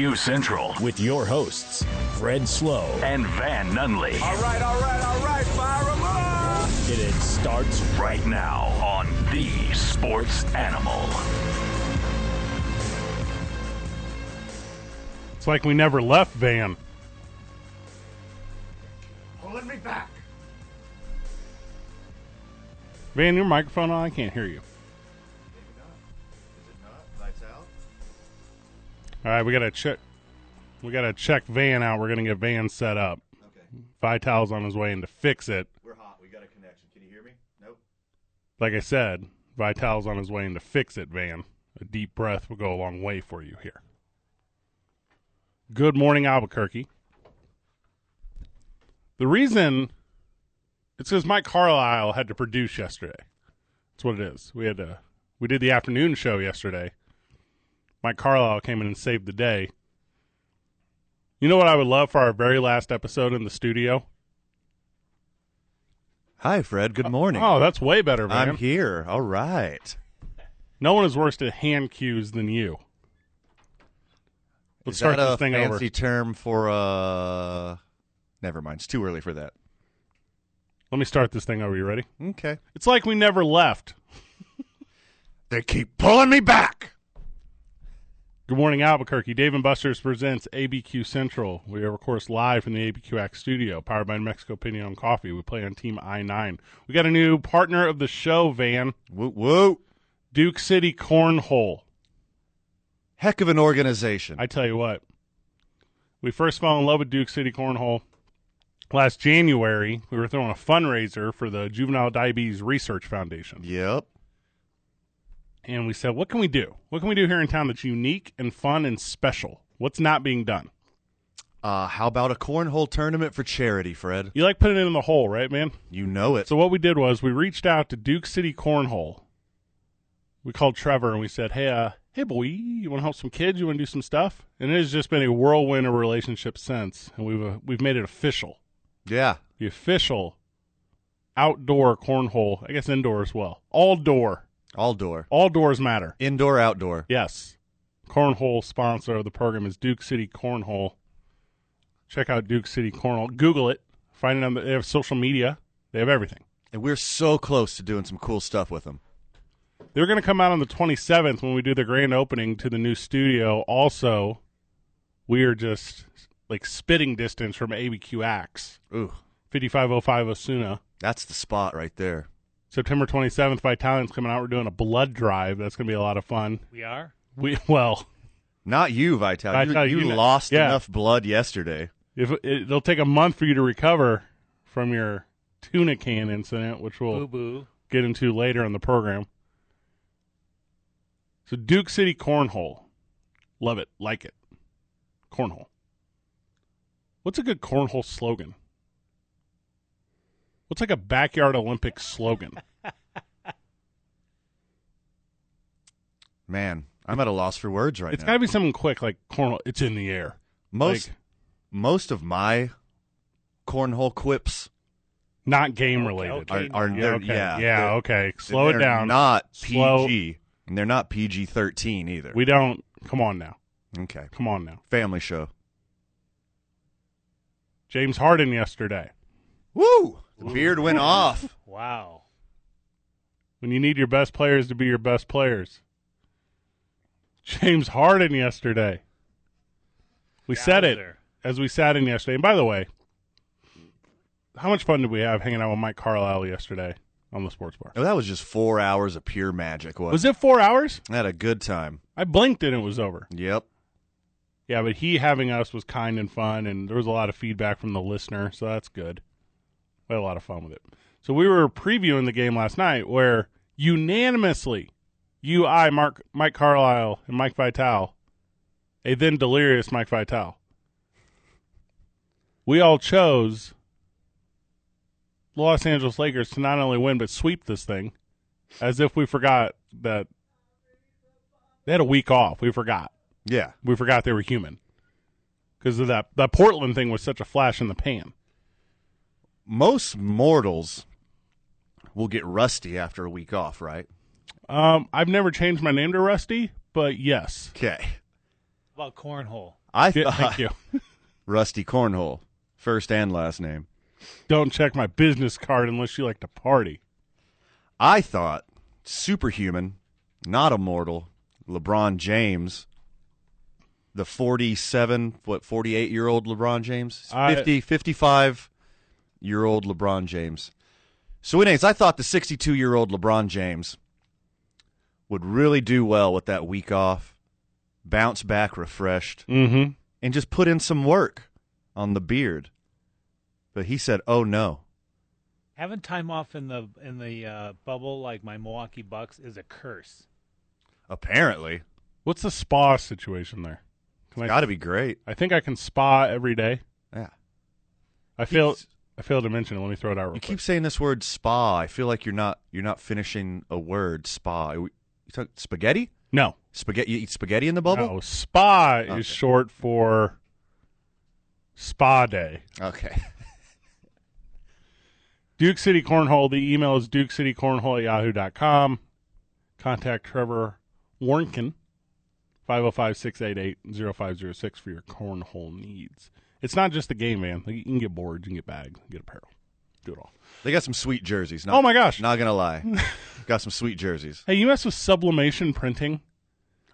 U Central with your hosts, Fred Slow. and Van Nunley All right, all right, all right, fire 'em up! And it starts right now on The Sports Animal. It's like we never left Van. Pulling me back. Van, your microphone on? I can't hear you. Is it not? Lights out? All right, we gotta check. We gotta check Van out. We're gonna get Van set up. Okay, Vital's on his way in to fix it. we're hot. We got a connection. Can you hear me? Nope. Like I said, Vital's on his way in to fix it. Van, a deep breath will go a long way for you here. Good morning, Albuquerque. The reason it's because Mike Carlisle had to produce yesterday. That's what it is. We had to, we did the afternoon show yesterday. Mike Carlisle came in and saved the day. You know what I would love for our very last episode in the studio? Hi, Fred. Good morning. Oh, that's way better, man. I'm here. All right. No one is worse at hand cues than you. Let's Is start that this a thing fancy over. term for uh? Never mind. It's too early for that. Let me start this thing over. You ready? Okay. It's like we never left. They keep pulling me back. Good morning, Albuquerque. Dave and Buster's presents ABQ Central. We are, of course, live from the ABQ Act studio, powered by New Mexico Pinion Coffee. We play on Team I 9. We got a new partner of the show, Van Woo woo. Duke City Cornhole. Heck of an organization. I tell you what, we first fell in love with Duke City Cornhole last January. We were throwing a fundraiser for the Juvenile Diabetes Research Foundation. yep. and we said, what can we do? What can we do here in town that's unique and fun and special? What's not being done? Uh, how about a cornhole tournament for charity, Fred? You like putting it in the hole, right, man? You know it. So what we did was we reached out to Duke City Cornhole. We called Trevor and we said, hey, uh, hey, boy, you want to help some kids? You want to do some stuff? And it has just been a whirlwind of relationships since, and we've uh, we've made it official. yeah. The official outdoor cornhole, I guess indoor as well. All door, All door. all doors matter. Indoor, outdoor. Yes. Cornhole sponsor of the program is Duke City Cornhole. Check out Duke City Cornhole. Google it. Find it on the, they have social media. They have everything. And we're so close to doing some cool stuff with them. They're going to come out on the 27th when we do the grand opening to the new studio. Also, we are just like spitting distance from ABQ Axe, Ooh, 5505 Osuna. that's the spot right there. September 27th, Vitalian's coming out. We're doing a blood drive. That's going to be a lot of fun. We are? We Well, Not you, Vital. Vital, you, you kn- lost yeah. enough blood yesterday. if it, it'll take a month for you to recover from your tuna can incident, which Oh. we'll get into later in the program. So Duke City Cornhole, love it, like it, cornhole. What's a good cornhole slogan? What's like a backyard Olympic slogan? Man, I'm at a loss for words right it's now. got to be something quick, like cornhole. It's in the air. Most like, most of my cornhole quips not game related. are, are Yeah, they're- okay. yeah, yeah, they're- okay. Slow it they're down. Not PG, Slow- and they're not PG thirteen either. we don't. Come on now. okay, Come on now. family show. James Harden yesterday. Woo! The beard went off. Wow. When you need your best players to be your best players. James Harden yesterday. We said it Wowzer. as we sat in yesterday. And by the way, how much fun did we have hanging out with Mike Carlisle yesterday on the sports bar? Oh, that was just four hours of pure magic. Wasn't Was it four hours? it? I had a good time. I blinked and it was over. Yep. Yeah, but he having us was kind and fun, and there was a lot of feedback from the listener, so that's good. We had a lot of fun with it. So we were previewing the game last night, where unanimously, you, I, Mark, Mike Carlisle, and Mike Vital, a then delirious Mike Vital, we all chose the Los Angeles Lakers to not only win but sweep this thing, as if we forgot that they had a week off. We forgot Yeah. we forgot they were human because of that that Portland thing was such a flash in the pan. Most mortals will get rusty after a week off, right? Um, I've never changed my name to Rusty, but yes, Okay. about cornhole? I Yeah, thought thank you. Rusty Cornhole, first and last name. Don't check my business card unless you like to party. I thought superhuman, not immortal, LeBron James, the 47, what, 48 year old LeBron James? I- 50, 55 year old LeBron James. So, anyways, I thought the 62 year old LeBron James would really do well with that week off, bounce back refreshed, Mm-hmm. and just put in some work on the beard. But he said, oh no. Having time off in the in the uh, bubble like my Milwaukee Bucks is a curse. Apparently. What's the spa situation there? Can I, Got to be great. I think I can spa every day. Yeah. I fail. He's- I failed to mention it. Let me throw it out. Real You quick. keep saying this word spa. I feel like you're not you're not finishing a word spa. You talk spaghetti? no, Spaghetti? You eat spaghetti in the bubble? no. Spa Okay. is short for spa day. Okay. Duke City Cornhole. The email is dukecitycornhole at yahoo.com. Contact Trevor oh Warnkin, 505 688 0506 for your cornhole needs. It's not just the game, man. Like, you can get boards, you can get bags, you can get apparel. Do it all. They got some sweet jerseys. Not, Oh my gosh. Not gonna lie, got some sweet jerseys. Hey, you mess with sublimation printing?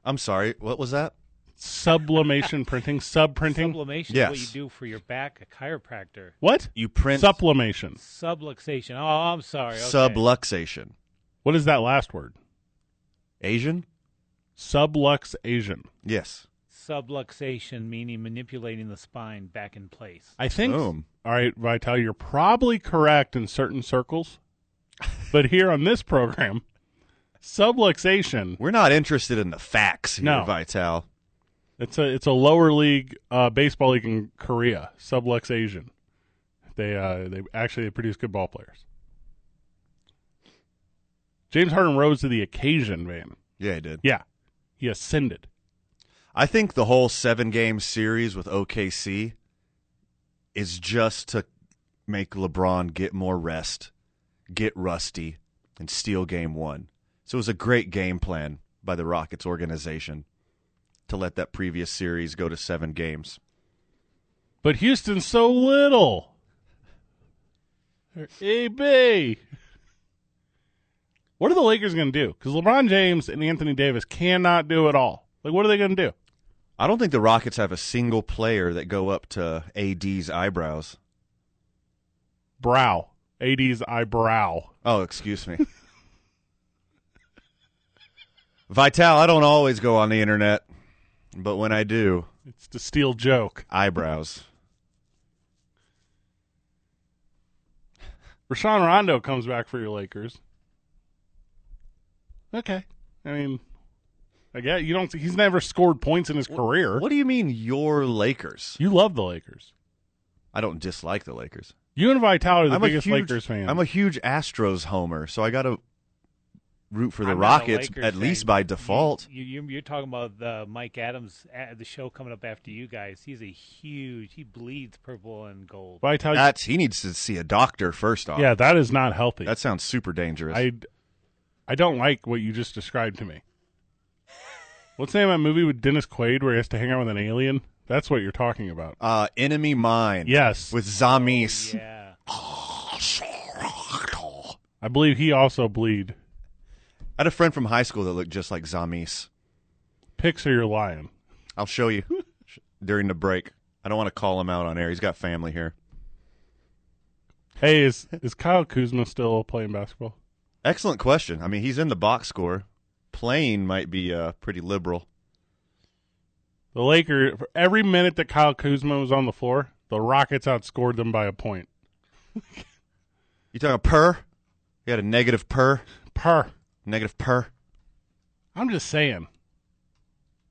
I'm sorry. What was that? Sublimation printing? Sub printing? Sublimation is what you Yes. do for your back, a chiropractor. what? You print Sublimation. Subluxation. Oh, I'm sorry. Okay. subluxation. What is that last word? Asian? Sublux Asian. Yes. Subluxation meaning manipulating the spine back in place. I think. Boom. All right, Vital, you're probably correct in certain circles, but here on this program, subluxation We're not interested in the facts here, No. Vital. it's a it's a lower league uh, baseball league in Korea. Subluxation. They uh, they actually they produce good ball players. James Harden rose to the occasion, man. Yeah, I did. Yeah, he ascended. I think the whole seven game series with OKC is just to make LeBron get more rest, get rusty, and steal game one. So it was a great game plan by the Rockets organization to let that previous series go to seven games. But Houston's so little. They're AB. What are the Lakers going to do? Because LeBron James and Anthony Davis cannot do it all. Like, what are they going to do? I don't think the Rockets have a single player that go up to AD's eyebrows. Brow. AD's eyebrow. Oh, excuse me. Vital, I don't always go on the internet, but when I do, It's to steal joke. eyebrows. Rashawn Rondo comes back for your Lakers. Okay. I mean, I guess you don't. He's never scored points in his career. What do you mean your Lakers? You love the Lakers. I don't dislike the Lakers. You and Vital are the I'm biggest a huge, Lakers fan. I'm a huge Astros homer, so I got to root for the I'm not a Rockets Lakers at least fan. by You- default. You, you, you're talking about the Mike Adams, uh, the show coming up after you guys. He's a huge. He bleeds purple and gold. Vital. That's he needs to see a doctor first off. yeah, that is not healthy. that sounds super dangerous. I, I don't like what you just described to me. What's the name of that movie with Dennis Quaid where he has to hang out with an alien? That's what you're talking about. uh, enemy mine. Yes. with Zamis. Yeah. Oh, I believe he also bleed. I had a friend from high school that looked just like Zamis. Picks or you're lying. I'll show you during the break. I don't want to call him out on air. He's got family here. Hey, is is Kyle Kuzma still playing basketball? Excellent question. I mean, he's in the box score. Playing might be uh, pretty liberal. The Lakers, for every minute that Kyle Kuzma was on the floor, the Rockets outscored them by a point. You talking per? You had a negative per? Per. Negative per? I'm just saying.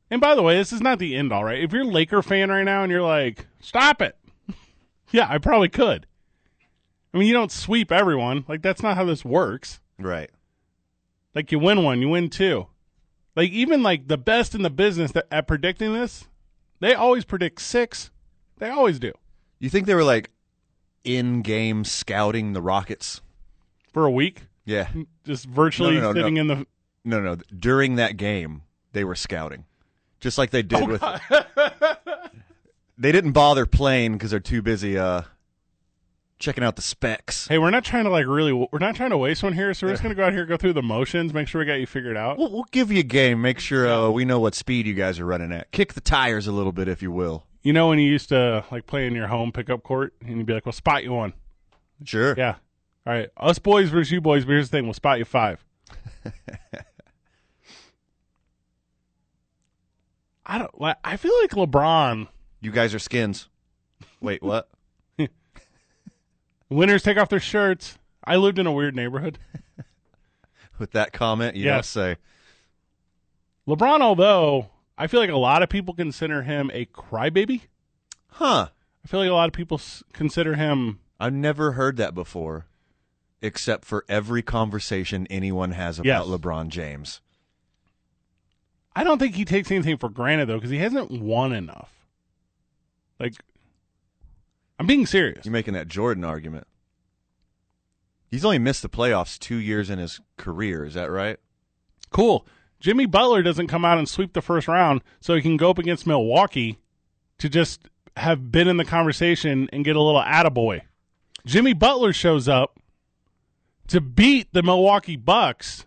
And by the way, this is not the end all, right? If you're a Laker fan right now and you're like, stop it. yeah, I probably could. I mean, you don't sweep everyone. Like, that's not how this works. Right. Like, you win one, you win two. Like, even like the best in the business that, at predicting this, they always predict six. They always do You think they were like in game scouting the Rockets? for a week, Yeah. just virtually No, no, no, sitting no. in the. No, no. During that game, they were scouting. just like they did with. they didn't bother playing because they're too busy uh, checking out the specs. Hey, we're not trying to like really. We're not trying to waste one here, so we're just gonna go out here, go through the motions, make sure we got you figured out. We'll, we'll give you a game. Make sure uh, we know what speed you guys are running at. Kick the tires a little bit, if you will. You know when you used to like play in your home pickup court, and you'd be like, "We'll spot you one." Sure. Yeah. All right, us boys versus you boys. But here's the thing: we'll spot you five. I don't. Like, I feel like LeBron. You guys are skins. Wait, what? Winners take off their shirts. I lived in a weird neighborhood. With that comment, you Yeah. don't say. LeBron, although I feel like a lot of people consider him a crybaby, Huh. I feel like a lot of people s- consider him I've never heard that before, except for every conversation anyone has about Yes. LeBron James. I don't think he takes anything for granted though, because he hasn't won enough. Like, I'm being serious. You're making that Jordan argument. He's only missed the playoffs two years in his career. Is that right? Cool. Jimmy Butler doesn't come out and sweep the first round, so he can go up against Milwaukee to just have been in the conversation and get a little attaboy. Jimmy Butler shows up to beat the Milwaukee Bucks.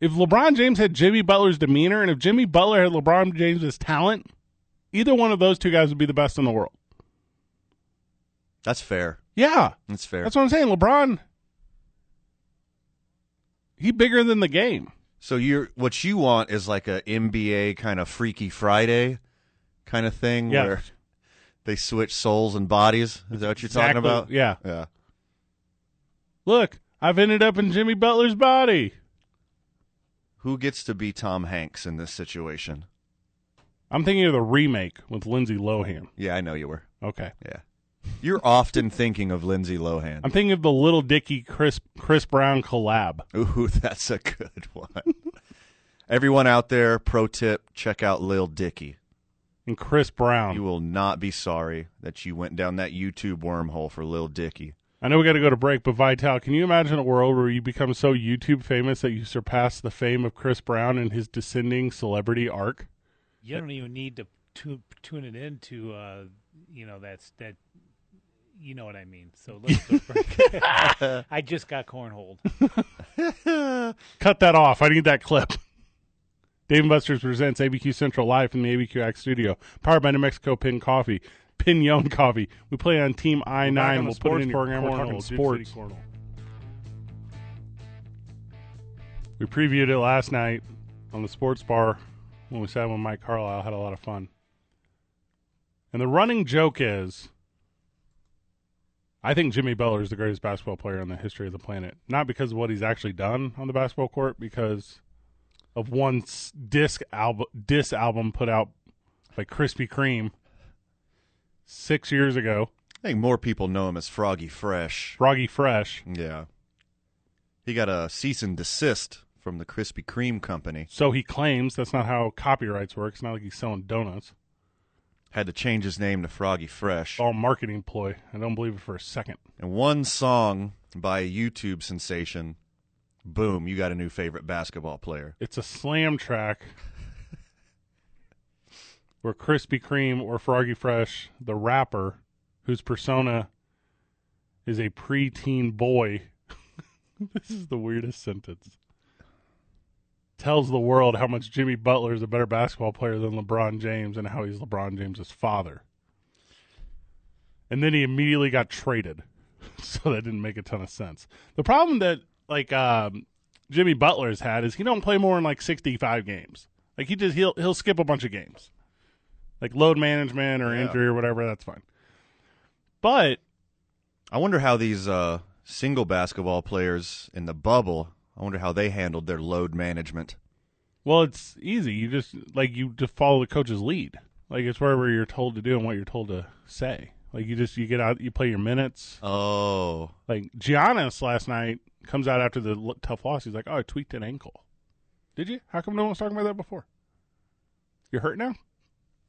If LeBron James had Jimmy Butler's demeanor and if Jimmy Butler had LeBron James's talent, either one of those two guys would be the best in the world. That's fair. Yeah. That's fair. That's what I'm saying. LeBron, he bigger than the game. so you're what you want is like a NBA kind of Freaky Friday kind of thing Yeah. where they switch souls and bodies. Is that what you're talking Exactly. about? Yeah. Yeah. Look, I've ended up in Jimmy Butler's body. Who gets to be Tom Hanks in this situation? I'm thinking of the remake with Lindsay Lohan. Yeah, I know you were. Okay. Yeah. You're often thinking of Lindsay Lohan. I'm thinking of the Little Dicky Chris Chris Brown collab. Ooh, that's a good one. Everyone out there, pro tip, check out Lil Dicky. And Chris Brown. You will not be sorry that you went down that YouTube wormhole for Lil Dicky. I know we got to go to break, but Vital, can you imagine a world where you become so YouTube famous that you surpass the fame of Chris Brown and his descending celebrity arc? You don't even need to tu- tune it in to, uh, you know, that's that. You know what I mean. So let's go for it. I just got cornholed. Cut that off. I need that clip. Dave and Buster's presents ABQ Central live from the ABQ Act studio, powered by New Mexico Pin Coffee, Pinon Coffee. We play on Team I nine. We'll put it in your program. We're talking sports. We previewed it last night on the sports bar when we sat with Mike Carlisle. Had a lot of fun. And the running joke is, I think Jimmy Butler is the greatest basketball player in the history of the planet. Not because of what he's actually done on the basketball court, because of one s- disc album disc album put out by Krispy Kreme six years ago, I think more people know him as Froggy Fresh. Froggy Fresh. Yeah. He got a cease and desist from the Krispy Kreme company. So he claims that's not how copyrights work. It's not like he's selling donuts. Had to change his name to Froggy Fresh. All marketing ploy. I don't believe it for a second. And one song by a YouTube sensation, boom, you got a new favorite basketball player. It's a slam track where Krispy Kreme or Froggy Fresh, the rapper, whose persona is a preteen boy. this is the weirdest sentence. Tells the world how much Jimmy Butler is a better basketball player than LeBron James and how he's LeBron James's father. And then he immediately got traded. So that didn't make a ton of sense. The problem that like um, Jimmy Butler's had is he don't play more than like 65 games. Like he just he'll he'll skip a bunch of games. Like load management or Yeah. injury or whatever, that's fine. But I wonder how these uh, single basketball players in the bubble. I wonder how they handled their load management. Well, it's easy. You just like you just follow the coach's lead. Like it's wherever you're told to do and what you're told to say. Like you just you get out, you play your minutes. Oh, Like Giannis last night comes out after the l- tough loss. He's like, "Oh, I tweaked an ankle." Did you? How come no one was talking about that before? You hurt now?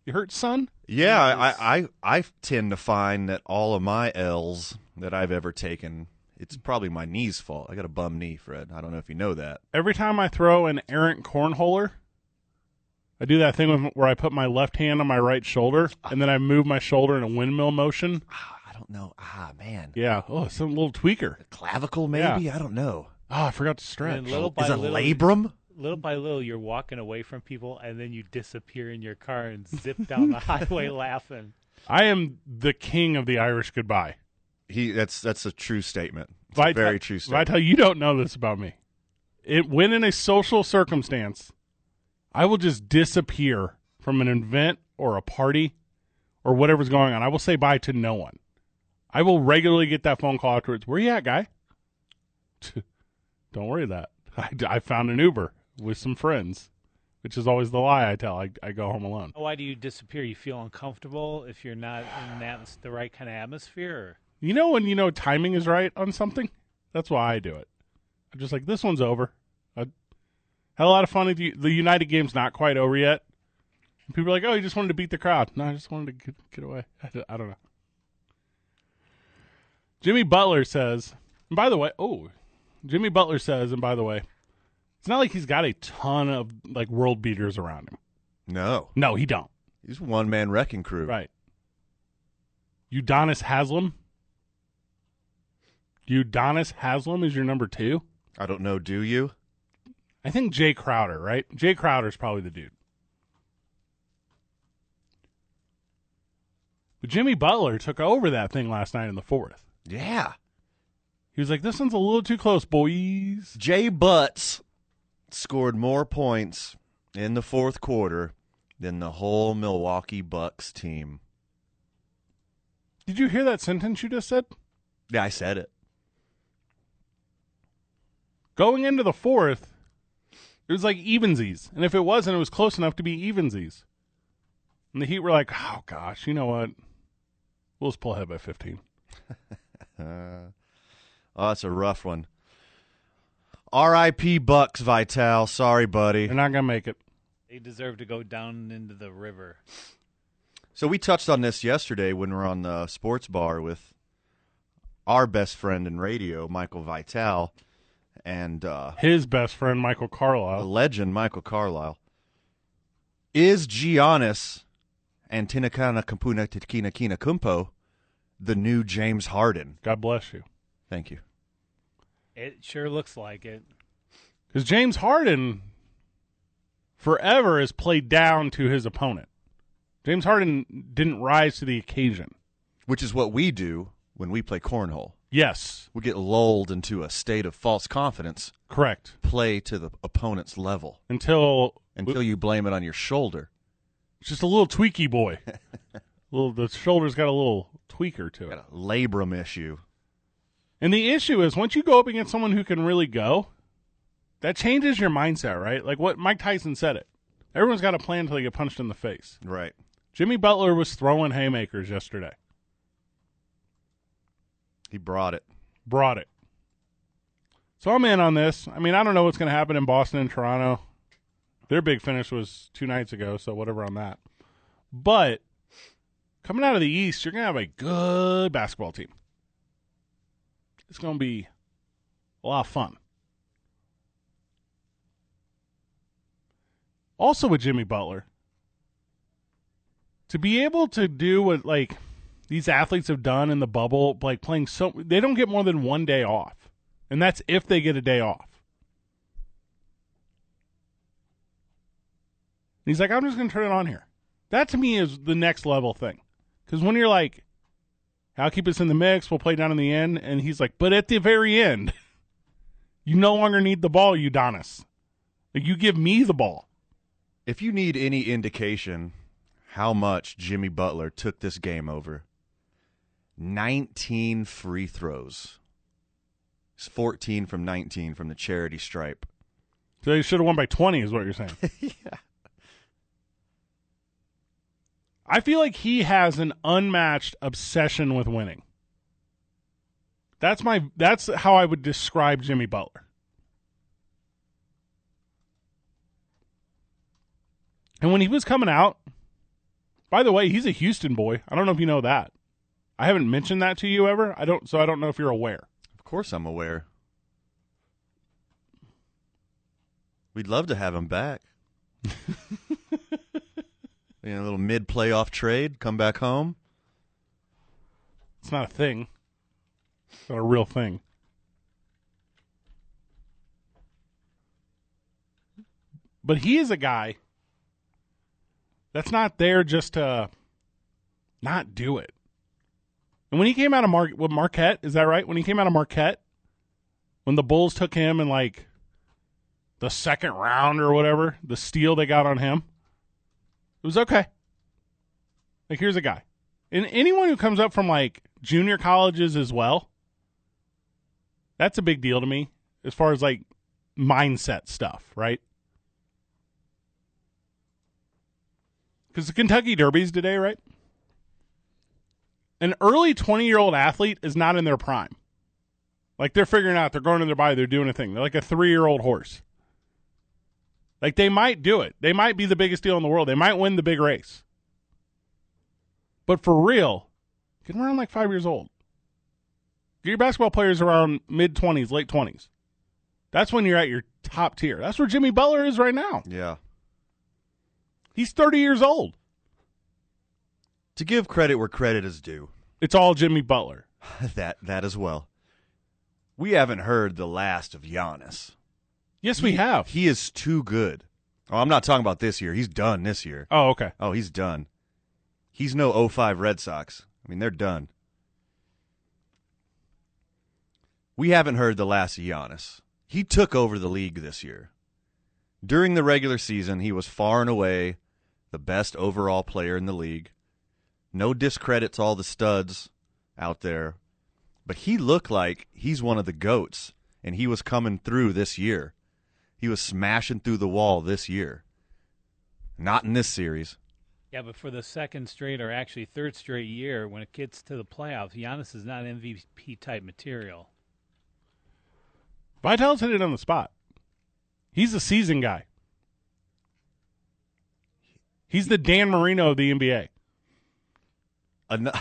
You hurt, son? yeah. I, I I tend to find that all of my L's that I've ever taken, it's probably my knee's fault. I got a bum knee, Fred. I don't know if you know that. Every time I throw an errant cornholer, I do that thing with, where I put my left hand on my right shoulder and then I move my shoulder in a windmill motion. Ah, I don't know. Ah, man. Yeah. Oh, some little tweaker. Clavicle, maybe? I don't know. Oh, I forgot to stretch. And little by Is it little, labrum? little by little, you're walking away from people, and then you disappear in your car and zip down the highway laughing. I am the king of the Irish goodbye. He that's that's a true statement. It's Vital, a very true statement. Vital, you don't know this about me. It when in a social circumstance, I will just disappear from an event or a party or whatever's going on. I will say bye to no one. I will regularly get that phone call afterwards. Where you at, guy? don't worry that. I, I found an Uber with some friends, which is always the lie I tell. I, I go home alone. Why do you disappear? You feel uncomfortable if you're not in that the right kind of atmosphere. You know when you know timing is right on something? That's why I do it. I'm just like, this one's over. I had a lot of fun. With you. The United game's not quite over yet. And people are like, oh, you just wanted to beat the crowd. No, I just wanted to get, get away. I d- I don't know. Jimmy Butler says, and by the way, oh, Jimmy Butler says, and by the way, it's not like he's got a ton of like world beaters around him. No. No, he don't. He's a one man wrecking crew. Right. Udonis Haslam. Udonis Haslam is your number two. I don't know, do you? I think Jay Crowder, right? Jay Crowder's probably the dude. But Jimmy Butler took over that thing last night in the fourth. Yeah. He was like, this one's a little too close, boys. Jay Butts scored more points in the fourth quarter than the whole Milwaukee Bucks team. Did you hear that sentence you just said? Yeah, I said it. Going into the fourth, it was like evensies. And if it wasn't, it was close enough to be evensies. And the Heat were like, oh, gosh, you know what? We'll just pull ahead by 15. Oh, that's a rough one. R.I.P. Bucks, Vital. Sorry, buddy. They're not going to make it. They deserve to go down into the river. So we touched on this yesterday when we were on the sports bar with our best friend in radio, Michael Vital, and uh, His best friend, Michael a Carlisle. legend, Michael Carlisle. Is Giannis and Tinakana Kampuna Titkina Kina Kumpo the new James Harden? God bless you. Thank you. It sure looks like it. Because James Harden forever has played down to his opponent. James Harden didn't rise to the occasion. Which is what we do when we play cornhole. Yes, We get lulled into a state of false confidence, correct. play to the opponent's level Until until you blame it on your shoulder. it's just a little tweaky boy. little the shoulder's got a little tweaker to it. Got a labrum issue. And the issue is once you go up against someone who can really go, that changes your mindset, right? Like what Mike Tyson said it. Everyone's got a plan until they get punched in the face. Right. Jimmy Butler was throwing haymakers yesterday. He brought it. Brought it. So I'm in on this. I mean, I don't know what's going to happen in Boston and Toronto. Their big finish was two nights ago, so whatever on that. But coming out of the East, you're going to have a good basketball team. It's going to be a lot of fun. Also, with Jimmy Butler, to be able to do what like these athletes have done in the bubble, like playing so they don't get more than one day off, and that's if they get a day off. And he's like, I'm just going to turn it on here. That to me is the next level thing, because when you're like, I'll keep us in the mix, we'll play down in the end, and he's like, but at the very end, you no longer need the ball, Udonis. Like, you give me the ball. If you need any indication how much Jimmy Butler took this game over, 19 free throws. It's 14 from 19 from the charity stripe. So they should have won by 20, is what you're saying. yeah. I feel like he has an unmatched obsession with winning. That's my that's how I would describe Jimmy Butler. And when he was coming out, by the way, he's a Houston boy. I don't know if you know that. I haven't mentioned that to you ever. I don't so I don't know if you're aware. Of course, I'm aware. We'd love to have him back. You know, a little mid playoff trade, come back home. It's not a thing. It's not a real thing. But he is a guy that's not there just to not do it. And when he came out of Mar- with Marquette, is that right? When he came out of Marquette, when the Bulls took him in like the second round or whatever, the steal they got on him, it was okay. Like here's a guy. And anyone who comes up from like junior colleges as well, that's a big deal to me as far as like mindset stuff, right? Because the Kentucky Derby's today, right? An early 20 year old athlete is not in their prime. Like they're figuring out, they're going to their body, they're doing a thing. They're like a three year old horse. Like they might do it. They might be the biggest deal in the world. They might win the big race. But for real, get them around like five years old. Get your basketball players around mid 20s, late 20s. That's when you're at your top tier. That's where Jimmy Butler is right now. Yeah. He's 30 years old. To give credit where credit is due, It's all Jimmy Butler. that that as well. We haven't heard the last of Giannis. Yes, we have. He is too good. Oh, I'm not talking about this year. He's done this year. Oh, okay. Oh, he's done. He's no 05 Red Sox. I mean, they're done. We haven't heard the last of Giannis. He took over the league this year. During the regular season, he was far and away the best overall player in the league. No discredit to all the studs out there, but he looked like he's one of the goats, and he was coming through this year. He was smashing through the wall this year. Not in this series. Yeah, but for the second straight or actually third straight year, when it gets to the playoffs, Giannis is not MVP type material. Vital's hit it on the spot. He's a season guy. He's the Dan Marino of the NBA. An-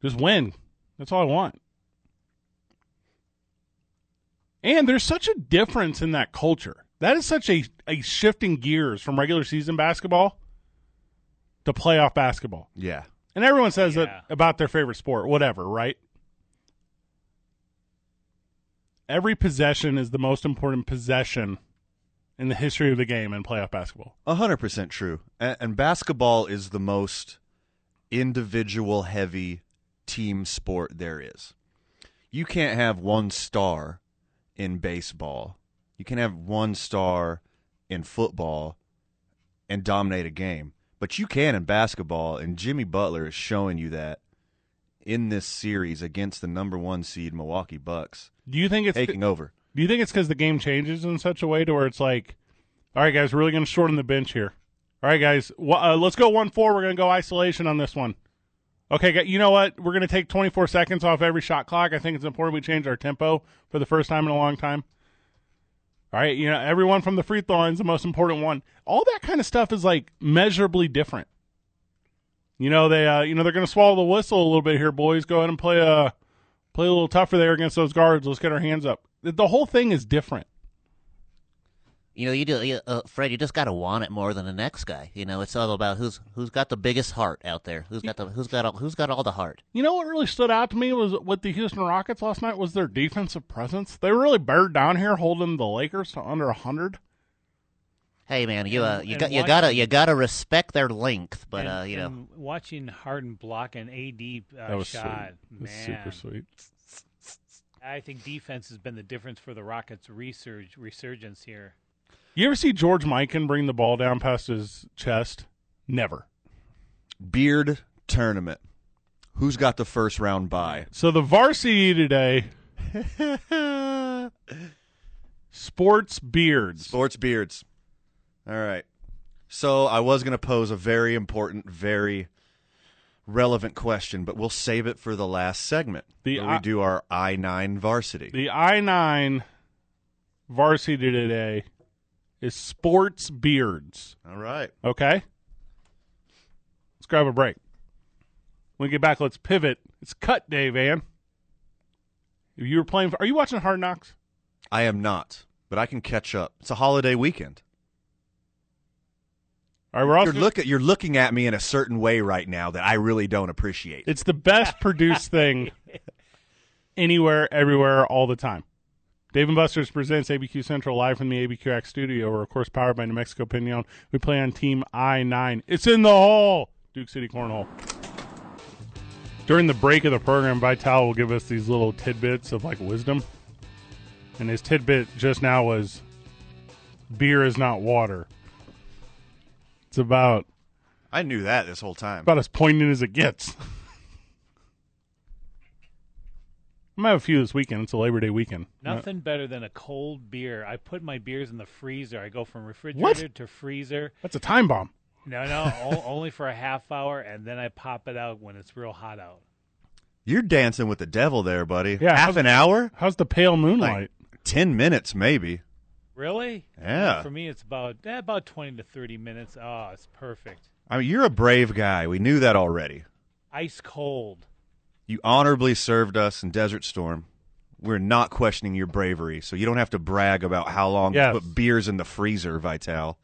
Just win. That's all I want. And there's such a difference in that culture. That is such a, a shift in gears from regular season basketball to playoff basketball. yeah. And everyone says Yeah. that about their favorite sport, whatever, right? Every possession is the most important possession in the history of the game in playoff basketball. A hundred percent true. And, and basketball is the most individual heavy team sport there is. You can't have one star in baseball. You can have one star in football and dominate a game. But you can in basketball, and Jimmy Butler is showing you that in this series against the number one seed Milwaukee Bucks, Do you think it's taking over. Do you think it's because the game changes in such a way to where it's like, all right, guys, we're really going to shorten the bench here. All right, guys, wh- uh, let's go one four. We're going to go isolation on this one. Okay, gu- you know what? We're going to take 24 seconds off every shot clock. I think it's important we change our tempo for the first time in a long time. All right, you know, everyone from the free throw line is the most important one. All that kind of stuff is like measurably different. You know they, uh, you know they're going to swallow the whistle a little bit here, boys. Go ahead and play uh, play a little tougher there against those guards. Let's get our hands up. The- The whole thing is different. You know, you do, you, uh, Fred. You just gotta want it more than the next guy. You know, it's all about who's who's got the biggest heart out there. Who's got the who's got all, who's got all the heart. You know what really stood out to me was with the Houston Rockets last night was their defensive presence. They really bared down here, holding the Lakers to under hundred. Hey man, you uh, And- you and got you why- gotta you gotta respect their length, but And- uh, you know, and watching Harden block an AD uh, shot, man, sweet. I think defense has been the difference for the Rockets' resurg- resurgence here. You ever see George Mikan bring the ball down past his chest? Never. Beard tournament. Who's got the first round bye? So the varsity today, sports beards. Sports beards. All right. So I was going to pose a very important, very relevant question, but we'll save it for the last segment. The where I- we do our I nine varsity. The I nine varsity today is sports beards. All right. Okay. Let's grab a break. When we get back, let's pivot. It's cut day, Van. If you were playing, are you watching Hard Knocks? I am not, but I can catch up. It's a holiday weekend. All right, we're also You're look at you're looking at me in a certain way right now that I really don't appreciate. It's the best produced thing anywhere, everywhere, all the time. Dave and Buster's presents ABQ Central live from the ABQX studio. We're, of course, powered by New Mexico Pinion. We play on Team I 9. It's in the hole, Duke City Cornhole. During the break of the program, Vital will give us these little tidbits of like wisdom. And his tidbit just now was beer is not water. It's about I knew that this whole time. about as poignant as it gets. I'm gonna have a few this weekend. It's a Labor Day weekend. Uh, Nothing better than a cold beer. I put my beers in the freezer. I go from refrigerator to freezer. That's a time bomb. No, no, o- only for a half hour, and then I pop it out when it's real hot out. You're dancing with the devil there, buddy. Yeah, Half how's- an hour? How's the pale moonlight? Ten minutes maybe. Really? Yeah. For me, it's about eh, about twenty to thirty minutes. Oh, it's perfect. I mean you're a brave guy. We knew that already. Ice cold. You honorably served us in Desert Storm. We're not questioning your bravery, so you don't have to brag about how long Yes. you put beers in the freezer, Vital.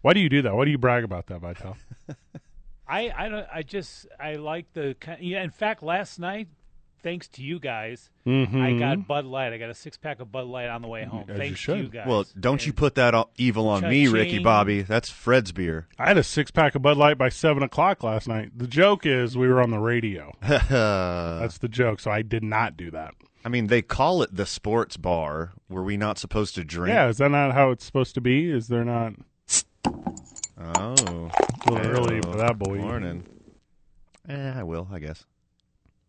Why do you do that? Why do you brag about that, Vital? I I don't. I just I like the. ki- Yeah. In fact, last night, thanks to you guys, Mm-hmm. I got Bud Light. I got a six pack of Bud Light on the way home. As you thanks should. to you guys. Well, don't you put that o- evil on me, Ricky Cha-ching. Bobby. That's Fred's beer. I had a six pack of Bud Light by seven o'clock last night. The joke is we were on the radio. Uh-huh. I That's the joke. So I did not do that. mean, they call it the sports bar. Were we not supposed to drink? Yeah, is that not how it's supposed to be? Is there not Oh. a little early Oh, for that boy? Morning. Eh, I will, I guess.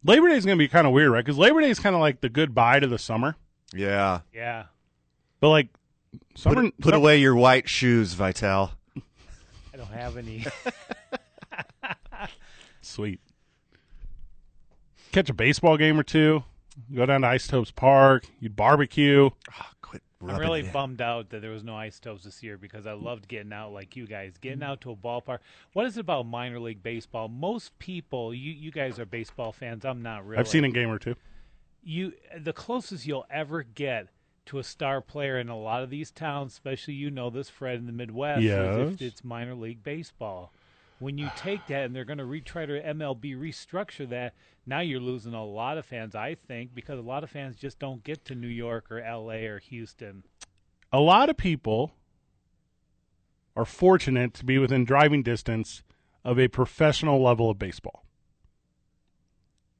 Labor Day's gonna be kind of weird, right? Because Labor Day's kind of like the goodbye to the summer, Yeah. Yeah. but like Put, summer put sum- away your white shoes, Vital. I don't have any. Sweet. Catch a baseball game or two. Go down to Ice Topes Park. You'd barbecue. Ah, quit I'm rubbing really it in. bummed out that there was no ice stoves this year because I loved getting out like you guys, getting out to a ballpark. What is it about minor league baseball? Most people, you you guys are baseball fans. I'm not really. I've seen a game or two. you the closest you'll ever get to a star player in a lot of these towns, especially you know this Fred in the Midwest, is Yes. if it's minor league baseball. When you take that and they're going to retry to MLB restructure that, now you're losing a lot of fans, I think, because a lot of fans just don't get to New York or LA or Houston. A lot of people are fortunate to be within driving distance of a professional level of baseball.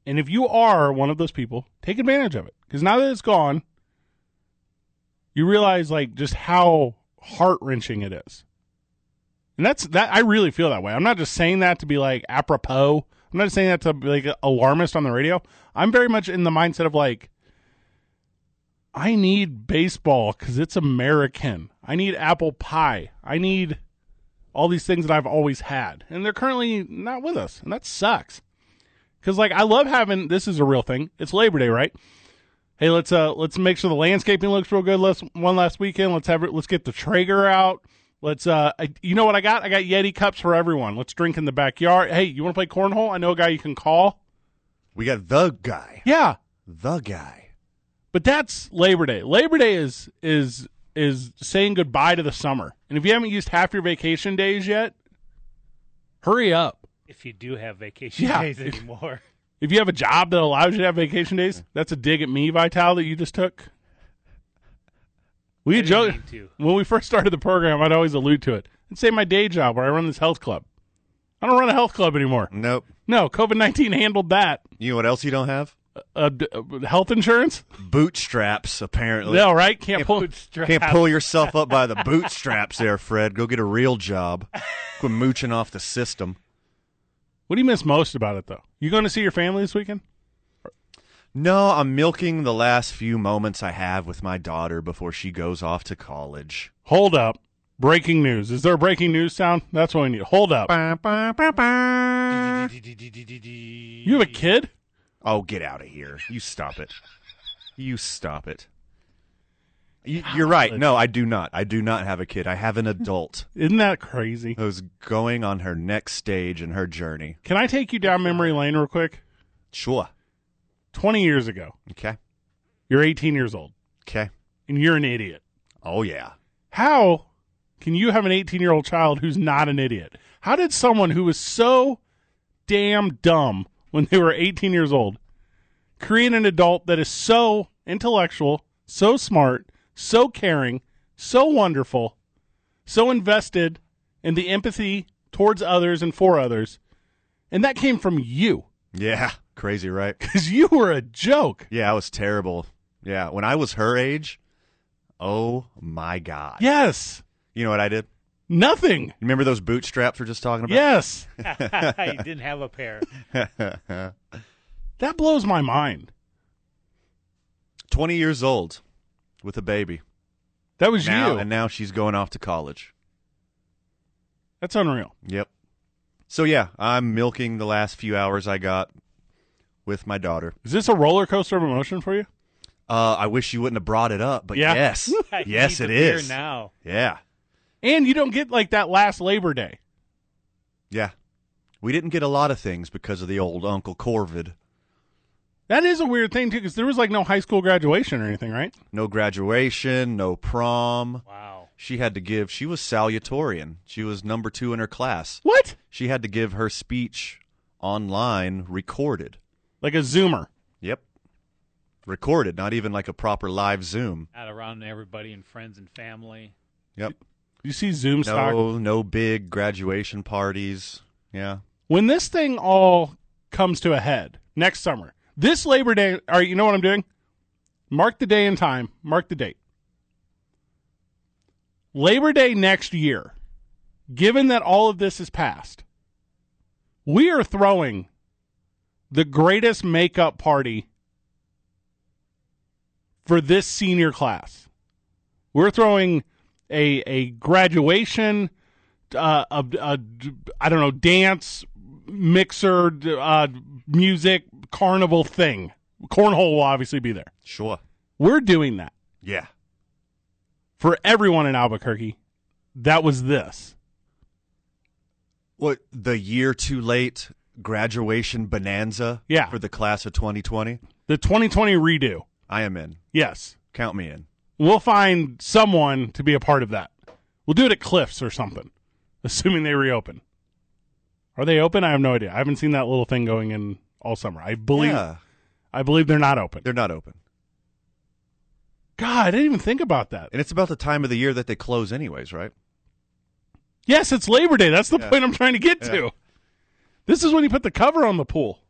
And if you are one of those people, take advantage of it. Because now that it's gone, you realize like just how heart wrenching it is. And that's that I really feel that way. I'm not just saying that to be like apropos. I'm not saying that to be like alarmist on the radio. I'm very much in the mindset of like I need baseball cuz it's American. I need apple pie. I need all these things that I've always had. And they're currently not with us. And that sucks. Cuz like I love having this is a real thing. It's Labor Day, right? hey let's uh let's make sure the landscaping looks real good let's one last weekend let's have it let's get the traeger out let's uh I, you know what i got i got yeti cups for everyone let's drink in the backyard hey you want to play cornhole i know a guy you can call We got the guy. yeah The guy. but that's labor day labor day is is is saying goodbye to the summer and if you haven't used half your vacation days yet hurry up If you do have vacation Yeah. days anymore, if you have a job that allows you to have vacation days that's a dig at me vital that you just took we I didn't joke mean to. when we first started the program, I'd always allude to it and say my day job where I run this health club. I don't run a health club anymore. Nope. No, COVID 19 handled that. You know what else you don't have? Uh, d- uh, health insurance? Bootstraps, apparently. No, right? Can't pull. Bootstrap. Can't pull yourself up by the bootstraps there, Fred. Go get a real job. Quit mooching off the system. What do you miss most about it, though? You going to see your family this weekend? No, I'm milking the last few moments I have with my daughter before she goes off to college. Hold up. Breaking news. Is there a breaking news sound? That's what we need. Hold up. Oh, You have a kid? Oh, get out of here. You stop it. You stop it. You, you're right. No, I do not. I do not have a kid. I have an adult Isn't that crazy? who's going on her next stage in her journey. Can I take you down memory lane real quick? Sure. 20 years ago, Okay. you're 18 years old Okay. and you're an idiot. Oh, yeah. How Can you have an 18 year old child who's not an idiot? How did someone who was so damn dumb when they were 18 years old create an adult that is so intellectual, so smart, so caring, so wonderful, so invested in the empathy towards others and for others? And that came from you Yeah. Crazy, right? because you were a joke. Yeah, I was terrible. Yeah. When I was her age, oh my God. Yes. You know what I did? Nothing. Remember those bootstraps we're just talking about? Yes. I didn't have a pair. Yeah. That blows my mind. 20 years old with a baby. That was Now, you. and now she's going off to college. That's unreal. Yep. So yeah, I'm milking the last few hours I got with my daughter. Is this a roller coaster of emotion for you? Uh, I wish you wouldn't have brought it up, but Yeah. yes, I yes, need it the beer is. now. Yeah, And you don't get like that last Labor Day. yeah. We didn't get a lot of things because of the old Uncle Corvid. That is a weird thing too, because there was like no high school graduation or anything, right? No graduation, no prom. Wow. She had to give. She was salutatorian. She was number two in her class. What? She had to give her speech online, recorded. Like a Zoomer. Yep, recorded. Not even like a proper live Zoom. Out around everybody and friends and family. Yep. You see Zoom stock. No, no big graduation parties. Yeah. When this thing all comes to a head next summer, this Labor Day, all right, you know what I'm doing? Mark the day and time, mark the date. Labor Day next year, given that all of this is passed, we are throwing the greatest makeup party for this senior class. We're throwing a a graduation, uh, a, a I don't know dance mixer, uh, music carnival thing. Cornhole will obviously be there. Sure. We're doing that Yeah. for everyone in Albuquerque. That was this. What the year too late graduation bonanza? Yeah. For the class of 2020, The 2020 redo. I am in. Yes. Count me in. We'll find someone to be a part of that. We'll do it at Cliffs or something, assuming they reopen. Are they open? I have no idea. I haven't seen that little thing going in all summer. I believe Yeah. I believe they're not open. They're not open, God, I didn't even think about that. and it's about the time of the year that they close, anyways, right? Yes, it's Labor Day. That's the Yeah. point I'm trying to get Yeah. to. This is when you put the cover on the pool.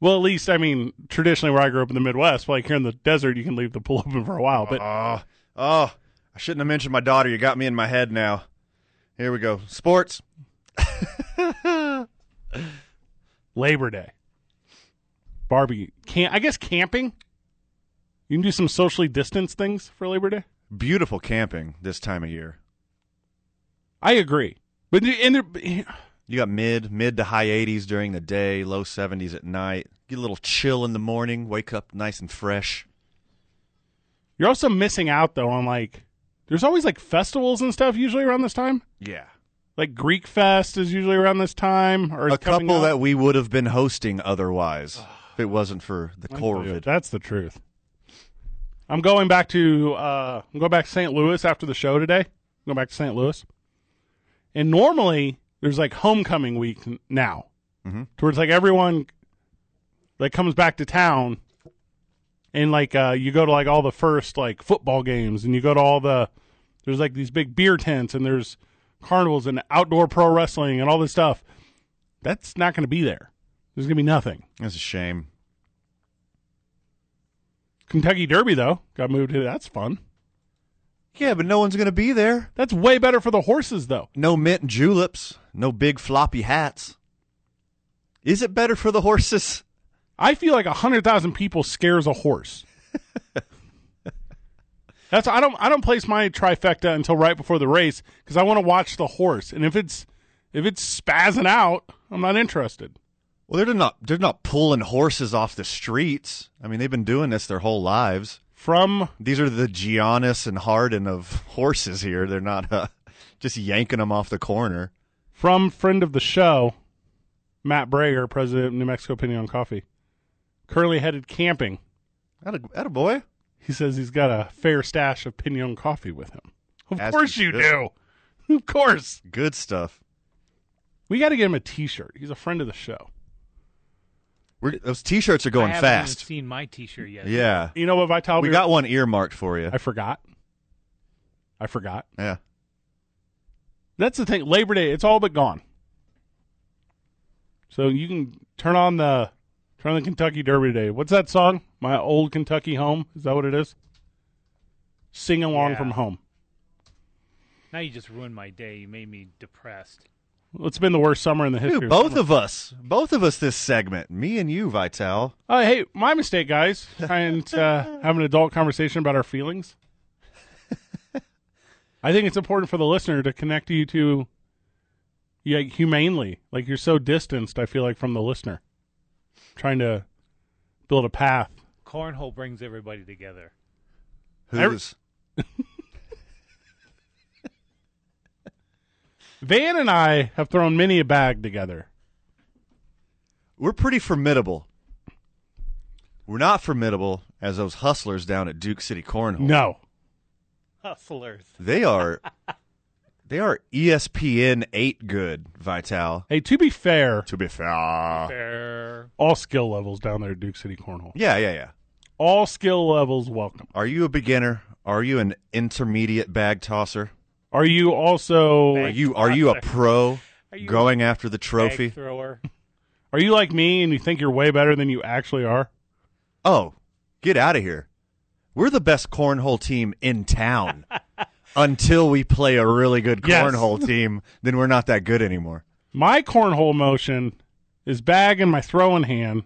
Well, at least I mean, traditionally where I grew up in the Midwest, like here in the desert, you can leave the pool open for a while. But Oh, oh, I shouldn't have mentioned my daughter. You got me in my head now. Here we go. Sports. Labor Day, barbecue, can I guess camping. You can do some socially distanced things for Labor Day. Beautiful camping this time of year. I agree, but and there, You got mid, mid to high 80s during the day, low 70s at night. Get a little chill in the morning. Wake up nice and fresh. you're also missing out though on like there's always like festivals and stuff usually around this time. Yeah. Like Greek Fest is usually around this time, or is a coming couple up. that we would have been hosting otherwise if it wasn't for the Dude, COVID. that's the truth. I'm going back to uh, I'm going back to St. Louis after the show today. I'm going back to St. Louis, and normally there's like homecoming week n- now, Mhm. towards like everyone that comes back to town, and like uh, you go to like all the first like football games, and you go to all the there's like these big beer tents, and there's carnivals and outdoor pro wrestling and all this stuff. That's not going to be there. There's going to be nothing. That's a shame. Kentucky Derby though got moved to that's fun. Yeah, but no one's going to be there. That's way better for the horses though. No mint and juleps. No big floppy hats. Is it better for the horses? I feel like hundred thousand people scares a horse. that's I don't I don't place my trifecta until right before the race because I want to watch the horse and if it's if it's spazzing out I'm not interested. Well, they're not. They're not pulling horses off the streets. I mean, they've been doing this their whole lives. From These are the Giannis and Harden of horses here. They're not uh, just yanking them off the corner. from friend of the show, Matt Brager, president of New Mexico Pinion Coffee, curly headed camping. Atta, atta boy. He says he's got a fair stash of Pinion coffee with him. Of As course he you do. should. Of course. Good stuff. We got to get him a T-shirt. He's a friend of the show. We're, those t-shirts are I going haven't Even fast. seen my T-shirt yet? Yeah, You know what Vital? we got one earmarked for you. I forgot. I forgot. Yeah, That's the thing. Labor Day, it's all but gone. So you can turn on the turn on the Kentucky Derby today. What's that song? My old Kentucky home. Is that what it is? Sing along Yeah. from home. Now you just ruined my day. You made me depressed. Well, It's been the worst summer in the history. Dude, of both summer. of us, both of us, this segment, me and you, Vital. Oh, hey, my mistake, guys. Trying to uh, have an adult conversation about our feelings. I think it's important for the listener to connect you to, yeah, humanely. Like you're so distanced, I feel like from the listener. Trying to build a path. Cornhole brings everybody together. Every- Who's Van and I have thrown many a bag together. we're pretty formidable. We're not formidable as those hustlers down at Duke City Cornhole. No, Hustlers. They are they are E ESPN eight good, Vital. hey, to be fair, To be fair. Fair. all skill levels down there at Duke City Cornhole. Yeah, yeah, yeah. All skill levels welcome. Are you a beginner? Are you an intermediate bag tosser? Are you also? Are you are you a pro Are you going after the a bag trophy? thrower? Are you like me and you think you're way better than you actually are? Oh, get out of here. We're the best cornhole team in town. Until we play a really good Yes. cornhole team, then we're not that good anymore. My cornhole motion is bag in my throwing hand,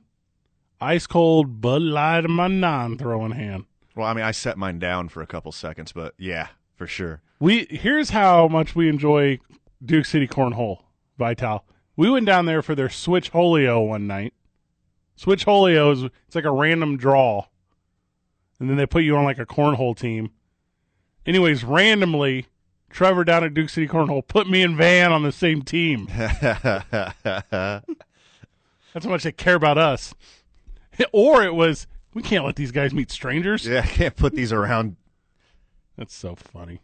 ice cold Bud Light in my non throwing hand. Well, I mean, I set mine down for a couple seconds, but yeah, for sure. We here's how much we enjoy Duke City Cornhole, Vital. We went down there for their Switch Holio one night. Switch Holio is it's like a random draw, and then they put you on like a cornhole team. Anyways, randomly, Trevor down at Duke City Cornhole put me and Van on the same team. That's how much they care about us. Or it was, we can't let these guys meet strangers. Yeah, I can't put these around. That's so funny.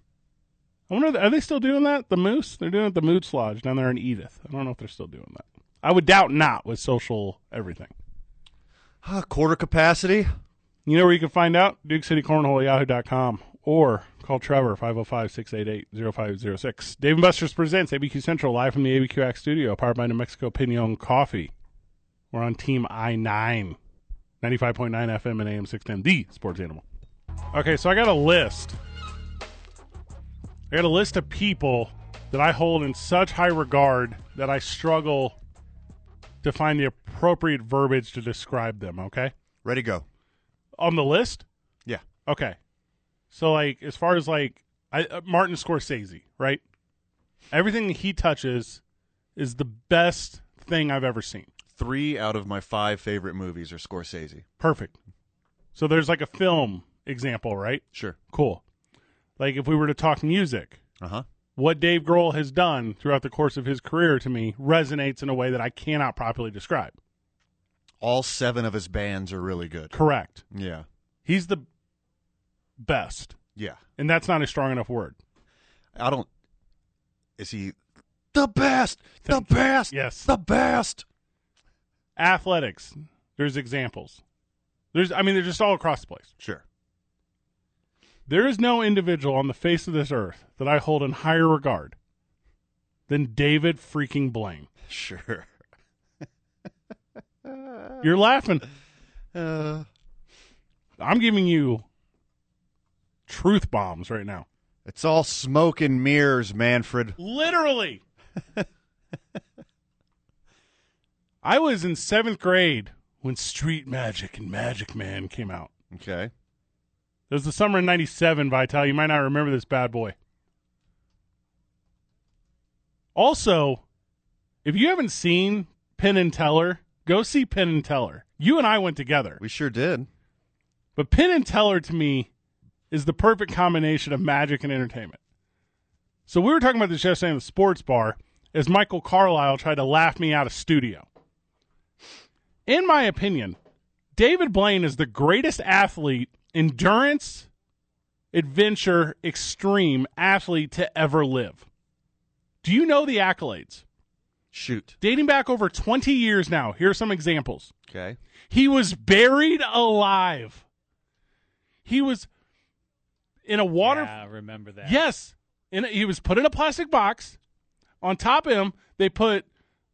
I wonder, are they still doing that? The Moose? They're doing it at the Moose Lodge down there in Edith. I don't know if they're still doing that. I would doubt not with social everything. Ah, quarter capacity. You know where you can find out? DukeCityCornholeYahoo.com or call Trevor 505 688 0506. Dave and Buster's presents ABQ Central live from the ABQ Act studio, powered by New Mexico Pinon Coffee. We're on Team I 9, 95.9 FM and AM 610, the sports animal. Okay, so I got a list. I got a list of people that I hold in such high regard that I struggle to find the appropriate verbiage to describe them, okay? Ready, go. On the list? Yeah. Okay. So like as far as like I, uh, Martin Scorsese, right? Everything he touches is the best thing I've ever seen. Three out of my five favorite movies are Scorsese. Perfect. So there's like a film example, right? Sure. Cool. Like if we were to talk music, Uh huh. what Dave Grohl has done throughout the course of his career to me resonates in a way that I cannot properly describe. All seven of his bands are really good. Correct. Yeah. He's the best. Yeah. And that's not a strong enough word. I don't. Is he the best? The best? Yes. The best. athletics there's examples there's i mean they're just all across the place Sure. there is no individual on the face of this earth that i hold in higher regard than david freaking blaine Sure. you're laughing Uh, i'm giving you truth bombs right now it's all smoke and mirrors, Manfred. literally i was in seventh grade when street magic and magic man came out Okay. It was the summer of 97, Vital. You might not remember this bad boy. Also, if you haven't seen Penn and Teller, go see Penn and Teller. You and I went together. We sure did. But Penn and Teller to me is the perfect combination of magic and entertainment. So we were talking about this yesterday in the sports bar as Michael Carlisle tried to laugh me out of studio. In my opinion, David Blaine is the greatest athlete, endurance, adventure extreme athlete to ever live. Do you know the accolades? Shoot. Dating back over 20 years now, here are some examples. Okay. He was buried alive. He was in a water. Yeah, I remember that. Yes, and he was put in a plastic box. On top of him, they put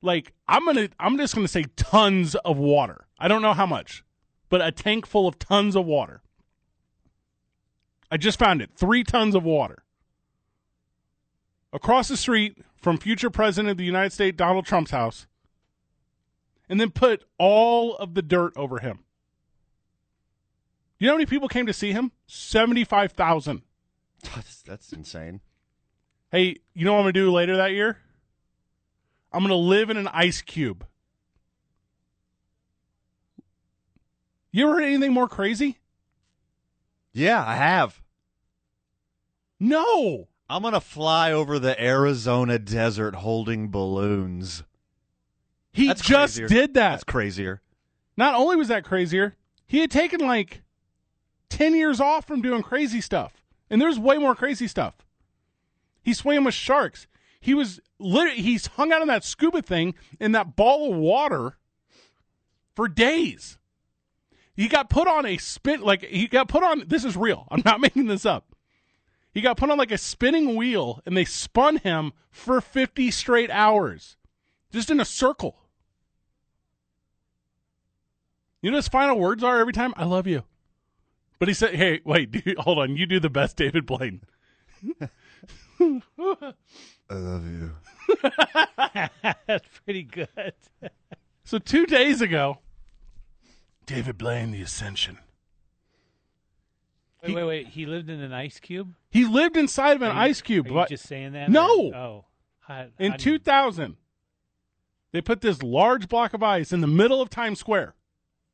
like I'm gonna I'm just gonna say tons of water. I don't know how much, but a tank full of tons of water. I just found it. Three tons of water. Across the street from future president of the United States Donald Trump's house, and then put all of the dirt over him. You know how many people came to see him? Seventy five thousand. That's, that's insane. Hey, you know what I'm gonna do later that year? I'm gonna live in an ice cube. You ever heard anything more crazy? Yeah, I have. No. I'm going to fly over the Arizona desert holding balloons. He That's just crazier. did that. That's crazier. Not only was that crazier, he had taken like 10 years off from doing crazy stuff. And there's way more crazy stuff. He swam with sharks. He was literally, he's hung out on that scuba thing in that ball of water for days. He got put on a spin, like, he got put on, this is real. I'm not making this up. He got put on like a spinning wheel and they spun him for 50 straight hours, just in a circle. You know his final words are every time, "I love you." But he said, "Hey, wait, dude, hold on. You do the best, David Blaine." I love you. That's pretty good. So two days ago, David Blaine, the Ascension. Wait, wait, wait. He lived in an ice cube? He lived inside of an Are you- ice cube. Are you but just saying that? No! Or- Oh. How- in how do you- 2000, they put this large block of ice in the middle of Times Square.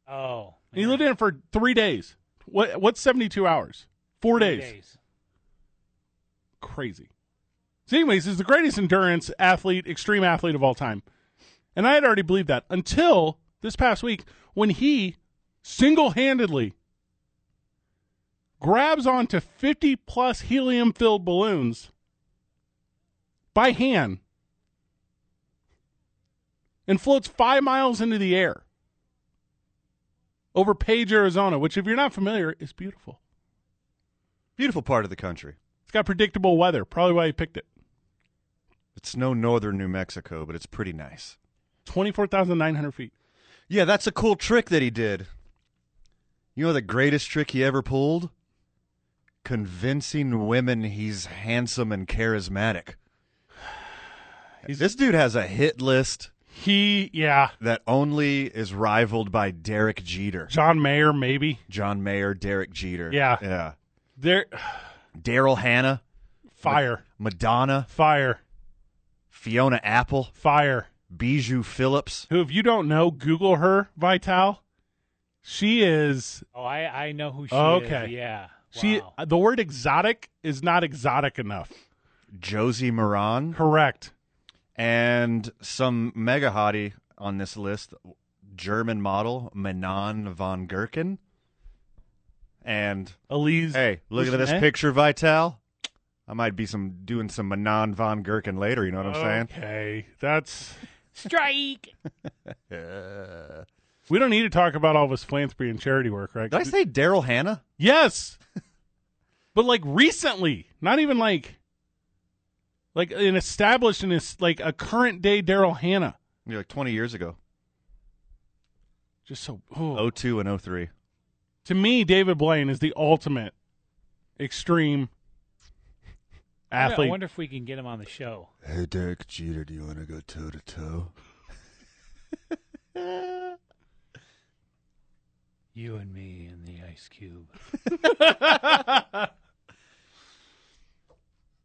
Oh. And he man. lived in it for three days. What? What's 72 hours? Four Three days. crazy. So, anyways, he's the greatest endurance athlete, extreme athlete of all time. And I had already believed that until this past week when he single handedly grabs onto 50 plus helium filled balloons by hand and floats five miles into the air over Page, Arizona, which, if you're not familiar, is beautiful. Beautiful part of the country. It's got predictable weather, probably why he picked it. It's no northern New Mexico, but it's pretty nice. 24,900 feet. Yeah, that's a cool trick that he did. You know the greatest trick he ever pulled? Convincing women he's handsome and charismatic. this dude has a hit list He, yeah. that only is rivaled by Derek Jeter. John Mayer, maybe. John Mayer, Derek Jeter. Yeah. Yeah. There, Daryl Hannah, fire, Madonna, fire, Fiona Apple, fire. Bijou Phillips. Who, if you don't know, Google her, Vital. She is, Oh, I, I know who she Okay. is. Yeah. she, Wow. the word exotic is not exotic enough. Josie Moran. Correct. and some mega hottie on this list German model Manon von Gerken. And Elise. hey, look at this eh? picture, Vital. I might be some doing some Manon von Gerken later. You know Oh. what I'm saying? Okay. That's, Strike. we don't need to talk about all of his philanthropy and charity work, right? Did I say Daryl Hannah? Yes. but like recently, not even like like an established and it's like a current day Daryl Hannah. Yeah, like 20 years ago, Just so oh. 02 and 03. to me, David Blaine is the ultimate extreme I athlete. wonder if we can get him on the show. Hey, Derek Jeter, do you want to go toe to toe? You and me and the ice cube.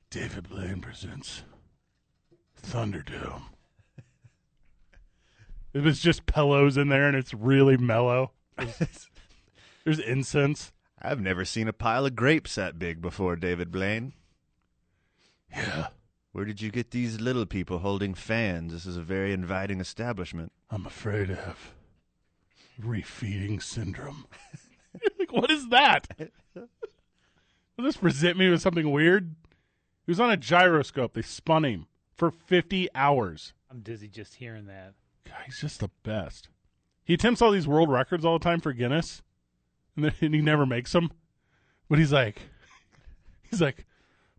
David Blaine presents Thunderdome. it was just pillows in there and it's really mellow. There's incense. I've never seen a pile of grapes that big before, David Blaine. Yeah. Where did you get these little people holding fans? This is a very inviting establishment. I'm afraid I have refeeding syndrome. like, what is that? Will this present me with something weird? He was on a gyroscope. They spun him for 50 hours. I'm dizzy just hearing that. God, he's just the best. He attempts all these world records all the time for Guinness, and, then, and he never makes them. But he's like, he's like,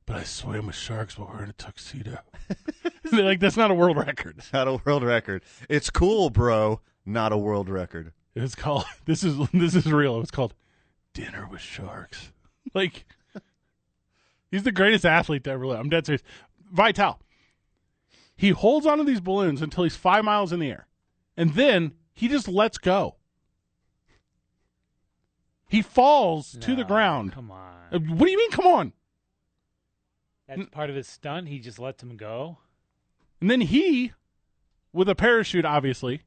but I swam with sharks while we were in a tuxedo. And they're like, that's not a world record. Not a world record. It's cool, bro. Not a world record. It was called. This is this is real. It was called dinner with sharks. Like, he's the greatest athlete to ever live. I'm dead serious. Vital. He holds onto these balloons until he's five miles in the air, and then he just lets go. He falls to the No, ground. Come on. Uh, What do you mean? Come on. That's part of his stunt. He just lets him go. And then he, with a parachute, obviously.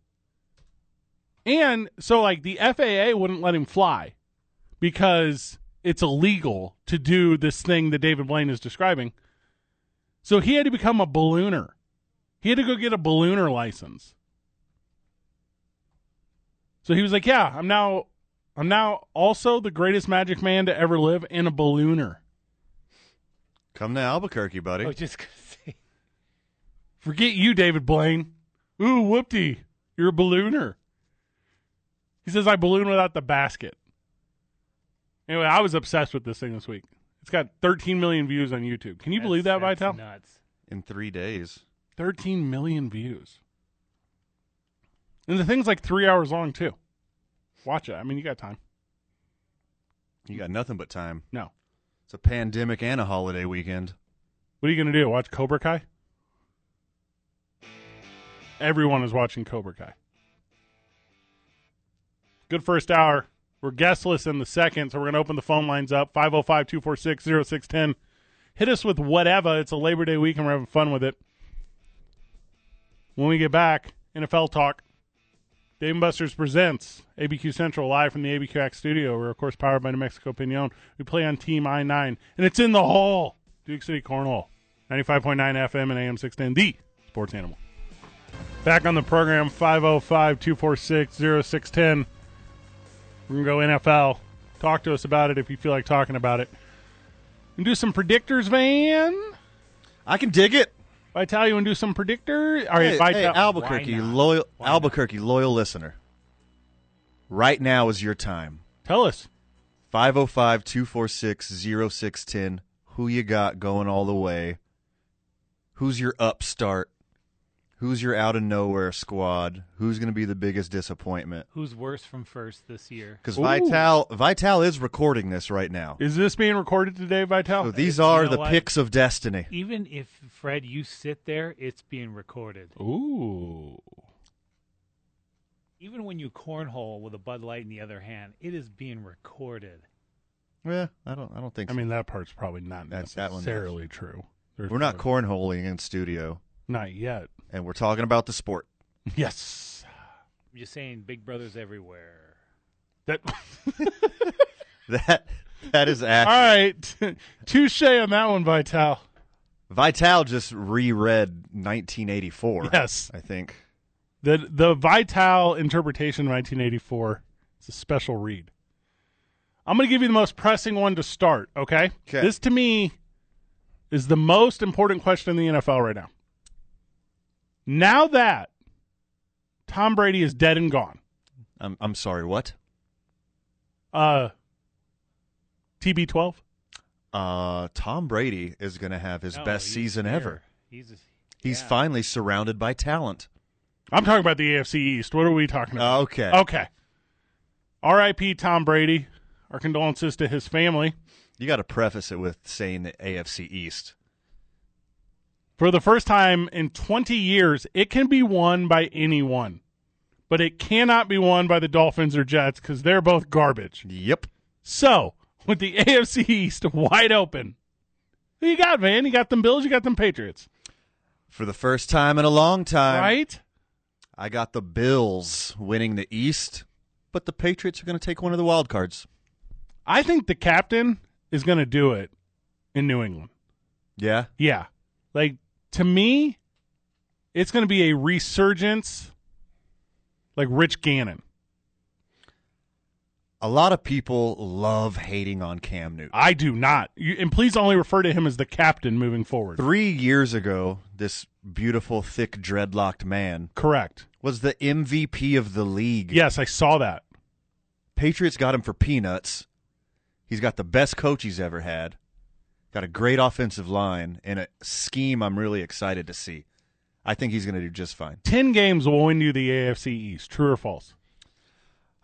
And so, like, the FAA wouldn't let him fly because it's illegal to do this thing that David Blaine is describing. So he had to become a ballooner. He had to go get a ballooner license. So he was like, "Yeah, I'm now, I'm now also the greatest magic man to ever live and a ballooner." Come to Albuquerque, buddy. I was Oh, just gonna say. Forget you, David Blaine. Ooh, whoopty. You're a ballooner. He says, I balloon without the basket. Anyway, I was obsessed with this thing this week. It's got 13 million views on YouTube. Can you believe that, That's- that's Vital? Nuts. In three days. 13 million views. And the thing's like three hours long, too. Watch it. I mean, you got time. You got nothing but time. No. It's a pandemic and a holiday weekend. What are you going to do? Watch Cobra Kai? Everyone is watching Cobra Kai. Good first hour. We're guestless in the second, so we're going to open the phone lines up 505 246 0610. Hit us with whatever. It's a Labor Day week and we're having fun with it. When we get back, NFL talk. Dave and Buster's presents ABQ Central live from the ABQX studio. We're, of course, powered by New Mexico Pinon. We play on Team I 9, and it's in the hall. Duke City Cornhole, 95.9 FM and AM 610, the sports animal. Back on the program, 505 246 0610. We're going to go NFL. Talk to us about it if you feel like talking about it. And do some predictors, Van. I can dig it. Vital, you want to do some predictor? All right, hey, Vital. hey, Albuquerque Why not? loyal Why not? Albuquerque loyal listener. Right now is your time. tell us. 505-246-0610. Who you got going all the way? Who's your upstart? Who's your out of nowhere squad? Who's going to be the biggest disappointment? Who's worse from first this year? Because Ooh. Vital Vital is recording this right now. Is this being recorded today, Vital? So these are know the what? picks of destiny. Even if Fred, you sit there, it's being recorded. Ooh. Even when you cornhole with a Bud Light in the other hand, it is being recorded. Yeah, I don't. I don't think. I So. mean, that part's probably not That's- that one is. necessarily true. There's we're not probably- cornholing in studio, Not yet. and we're talking about the sport. Yes. I'm just saying, Big Brother's everywhere. That That that is all accurate. right. Touche on that one, Vital. Vital just reread 1984. Yes. I think. The the Vital interpretation of 1984. It's a special read. I'm going to give you the most pressing one to start. Okay. 'Kay. This to me is the most important question in the NFL right now. Now that Tom Brady is dead and gone, I'm I'm sorry. What? uh, TB12. Uh, Tom Brady is going to have his No, best Oh, he's season here. ever. He's He's yeah. finally surrounded by talent. I'm talking about the AFC East. What are we talking about? Okay. Okay. R.I.P. Tom Brady. Our condolences to his family. You got to preface it with saying the AFC East. For the first time in 20 years, it can be won by anyone, but it cannot be won by the Dolphins or Jets because they're both garbage. Yep. So, with the AFC East wide open, who you got, man? You got them Bills, you got them Patriots, For the first time in a long time, right? I got the Bills winning the East, but the Patriots are going to take one of the wild cards. I think the captain is going to do it in New England. Yeah. Yeah. Like to me, it's going to be a resurgence like Rich Gannon. A lot of people love hating on Cam Newton. I do not. You, and please only refer to him as the captain moving forward. Three years ago, this beautiful, thick, dreadlocked man Correct. was the MVP of the league. Yes, I saw that. Patriots got him for peanuts. He's got the best coach he's ever had. Got a great offensive line and a scheme I'm really excited to see. I think he's going to do just fine. 10 games will win you the AFC East. True or false?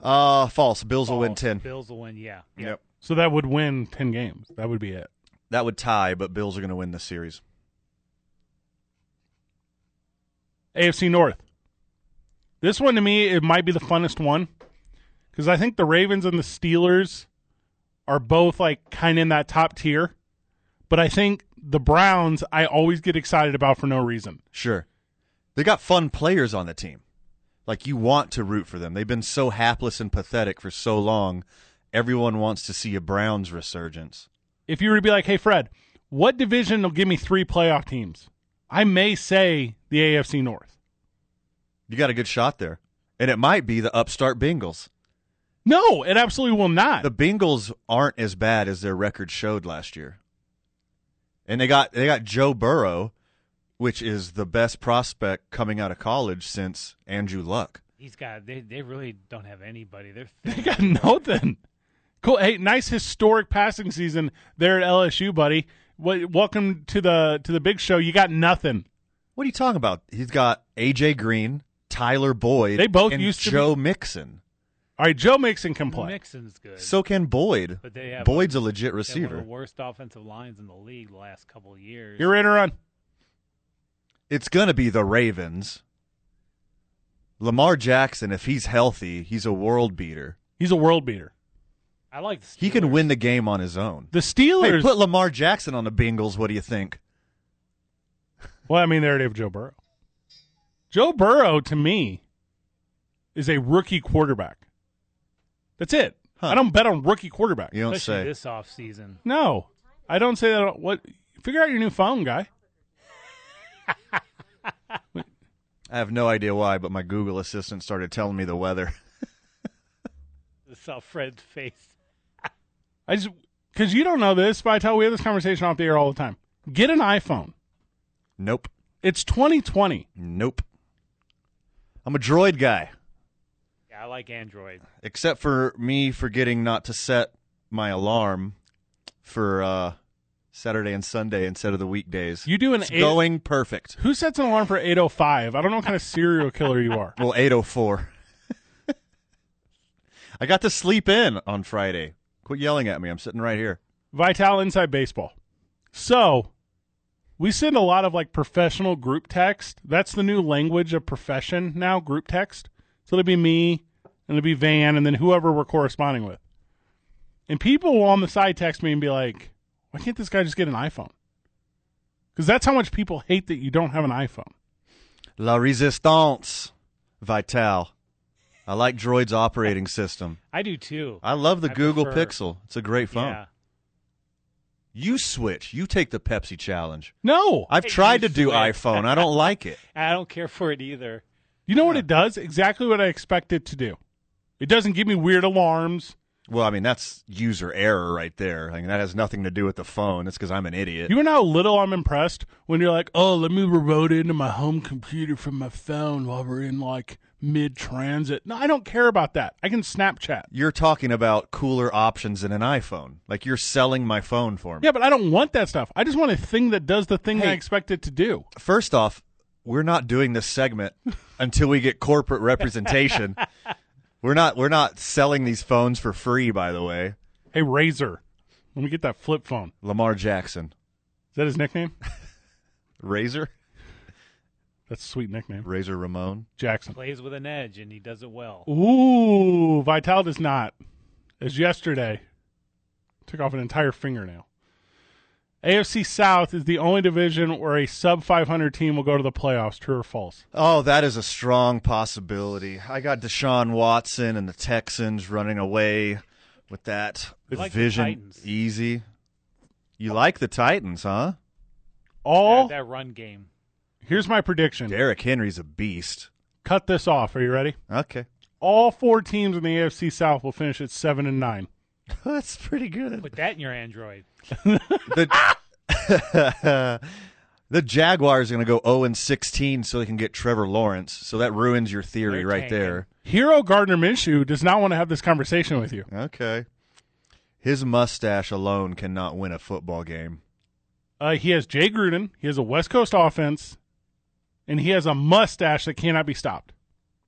Uh, false. Bills will win False. 10. Oh, Bills will win. Yeah. Yep. So that would win 10 games. That would be it. That would tie, but Bills are going to win the series. AFC North. This one to me, it might be the funnest one because I think the Ravens and the Steelers are both like kind of in that top tier. But I think the Browns, I always get excited about for no reason. Sure. They got fun players on the team. Like you want to root for them. They've been so hapless and pathetic for so long. Everyone wants to see a Browns resurgence. If you were to be like, hey, Fred, what division will give me three playoff teams? I may say the AFC North. You got a good shot there. And it might be the upstart Bengals. No, it absolutely will not. The Bengals aren't as bad as their record showed last year. And they got they got Joe Burrow, which is the best prospect coming out of college since Andrew Luck. He's got. They, they really don't have anybody. They're They thin. got nothing. Cool. Hey, nice historic passing season there at LSU, buddy. Wel- Welcome to the to the big show. You got nothing. What are you talking about? He's got AJ Green, Tyler Boyd, They both and used to Joe Mixon. All right, Joe Mixon can play. Mixon's good. So can Boyd. But they have Boyd's a legit They have one of receiver. the worst offensive lines in the league the last couple of years. You're in or on. It's gonna be the Ravens. Lamar Jackson, if he's healthy, he's a world beater. He's a world beater. I like. The He can Steelers. win the game on his own. The Hey, Steelers. put Lamar Jackson on the Bengals. What do you think? well, I mean, there it is with Joe Burrow. Joe Burrow to me is a rookie quarterback. That's it. Huh. I don't bet on rookie quarterback. You don't Especially say. this offseason. No, I don't say that. What? Figure out your new phone, guy. I have no idea why, but my Google assistant started telling me the weather. I saw Fred's face. I just because you don't know this, Vital. We have this conversation off the air all the time. Get an iPhone. Nope. It's 2020. Nope. I'm a droid guy, Yeah, I like Android. except for me forgetting not to set my alarm for uh, Saturday and Sunday instead of the weekdays. You do an it's eight- going perfect. Who sets an alarm for 8:05? I don't know what kind of serial killer you are. Well, 804. I got to sleep in on Friday. Quit yelling at me. I'm sitting right here. Vital Inside Baseball. So we send a lot of like professional group text. That's the new language of profession now. Group text. So it'll be me, and it'll be Van, and then whoever we're corresponding with. And people will on the side text me and be like, "Why can't this guy just get an iPhone?" Because that's how much people hate that you don't have an iPhone. La Resistance, Vital. I like Droid's operating system. I do too. I love the I Google prefer- Pixel. It's a great phone. Yeah. You switch. You take the Pepsi challenge. No, I've Hey, tried you to do switch. iPhone. I don't like it. I don't care for it either. you know what it does? Exactly what I expect it to do. It doesn't give me weird alarms. Well, I mean, that's user error right there. I mean, that has nothing to do with the phone. It's because I'm an idiot. You know how little I'm impressed when you're like, oh, let me remote into my home computer from my phone while we're in like mid transit. No, I don't care about that. I can Snapchat. You're talking about cooler options than an iPhone. Like you're selling my phone for me. Yeah, but I don't want that stuff. I just want a thing that does the thing I Hey. expect it to do. First off, we're not doing this segment until we get corporate representation. we're not. We're not selling these phones for free. By the way, Hey, Razor, let me get that flip phone. Lamar Jackson, Is that his nickname? Razor, That's a sweet nickname. Razor Ramon. Jackson. Plays with an edge and he does it well. Ooh, Vital does not. As yesterday, took off an entire fingernail. AFC South is the only division where a sub 500 team will go to the playoffs. True or false? Oh, that is a strong possibility. I got Deshaun Watson and the Texans running away with that I like the vision Titans. easy. You like the Titans, huh? All That, that run game. here's my prediction. Derrick Henry's a beast. Cut this off. Are you ready? Okay. all four teams in the AFC South will finish at seven and nine. That's pretty good. Put that in your Android. The, the Jaguars are going to go 0 and 16 so they can get Trevor Lawrence. So that ruins your theory They're right tanking. there. Hero Gardner Minshew does not want to have this conversation with you. Okay. His mustache alone cannot win a football game. Uh, he has Jay Gruden. He has a West Coast offense, and he has a mustache that cannot be stopped.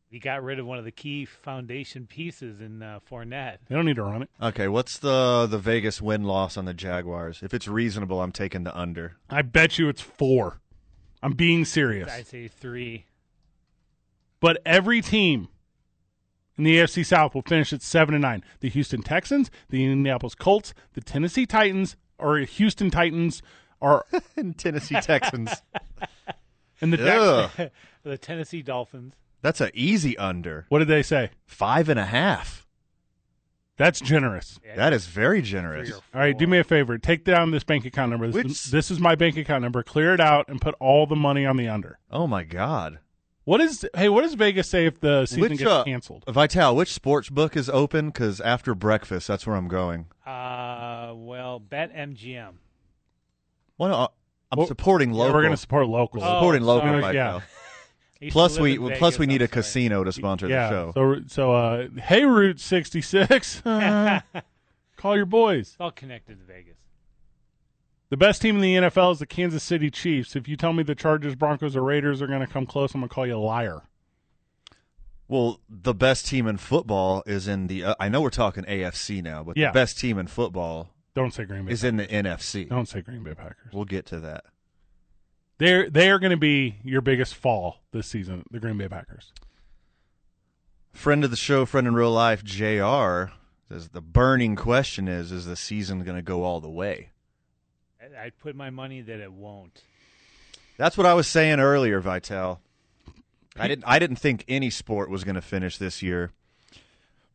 He got rid of one of the key foundation pieces in uh, Fournette. They don't need to run it. Okay, what's the the Vegas win loss on the Jaguars? If it's reasonable, I'm taking the under. I bet you it's four. I'm being serious. I say three. But every team in the AFC South will finish at seven and nine. The Houston Texans, the Indianapolis Colts, the Tennessee Titans, or Houston Titans are, And Tennessee Texans. and the Dex- Ugh, The Tennessee Dolphins. that's an easy under. what did they say? Five and a half. That's generous. That is very generous. Three or All right, do me a favor. Take down this bank account number. This, Which- this is my bank account number. Clear it out and put all the money on the under. Oh my God. What is hey? What does Vegas say if the season gets uh, canceled? Vital, which sports book is open? Because after breakfast, that's where I'm going. Uh, well, bet MGM. Well, no, I- uh, I'm Well, supporting Yeah, local. We're going to support local. Oh, supporting local. sorry. Vital. Yeah. I used Plus to we live in plus Vegas, we need I'm a sorry. casino to sponsor the yeah. show. So so uh, hey, Route sixty six, call your boys. It's all connected to Vegas. The best team in the NFL is the Kansas City Chiefs. If you tell me the Chargers, Broncos, or Raiders are going to come close, I'm going to call you a liar. Well, the best team in football is in the. Uh, I know we're talking AFC now, but Yeah. the best team in football Don't say Green Bay. is in the NFC. Don't say Green Bay Packers. We'll get to that. They're they are going to be your biggest fall this season. The Green Bay Packers. Friend of the show, friend in real life, Jr. says the burning question is: Is the season going to go all the way? I- I'd put my money that it won't. That's what I was saying earlier, Vital. I didn't. I didn't think any sport was going to finish this year,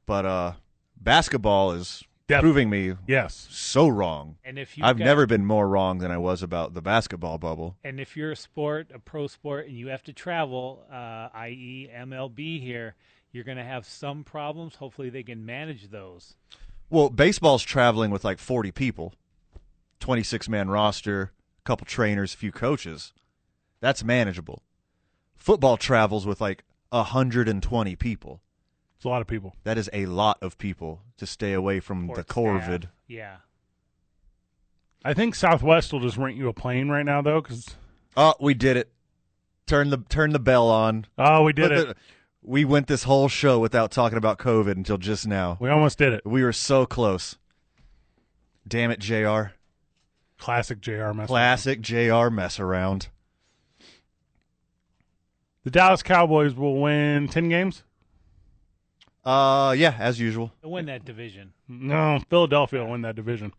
but uh, basketball is Def- proving me Yes. so wrong. And if you, I've never been more wrong than I was about the basketball bubble. And if you're a sport, a pro sport, and you have to travel, uh, i.e., MLB here, you're going to have some problems. Hopefully, they can manage those. Well, baseball's traveling with like 40 people, 26 man roster, a couple trainers, a few coaches. That's manageable. Football travels with like 120 people. It's a lot of people. That is a lot of people to stay away from the Sports COVID. staff. Yeah. I think Southwest will just rent you a plane right now though, because Oh, we did it. Turn the turn the bell on. oh, we did Look it. at- We went this whole show without talking about COVID until just now. We almost did it. We were so close. Damn it, JR. Classic JR mess. Classic JR mess around. The Dallas Cowboys will win 10 games? Uh yeah, as usual. They'll win that division. No, Philadelphia will win that division.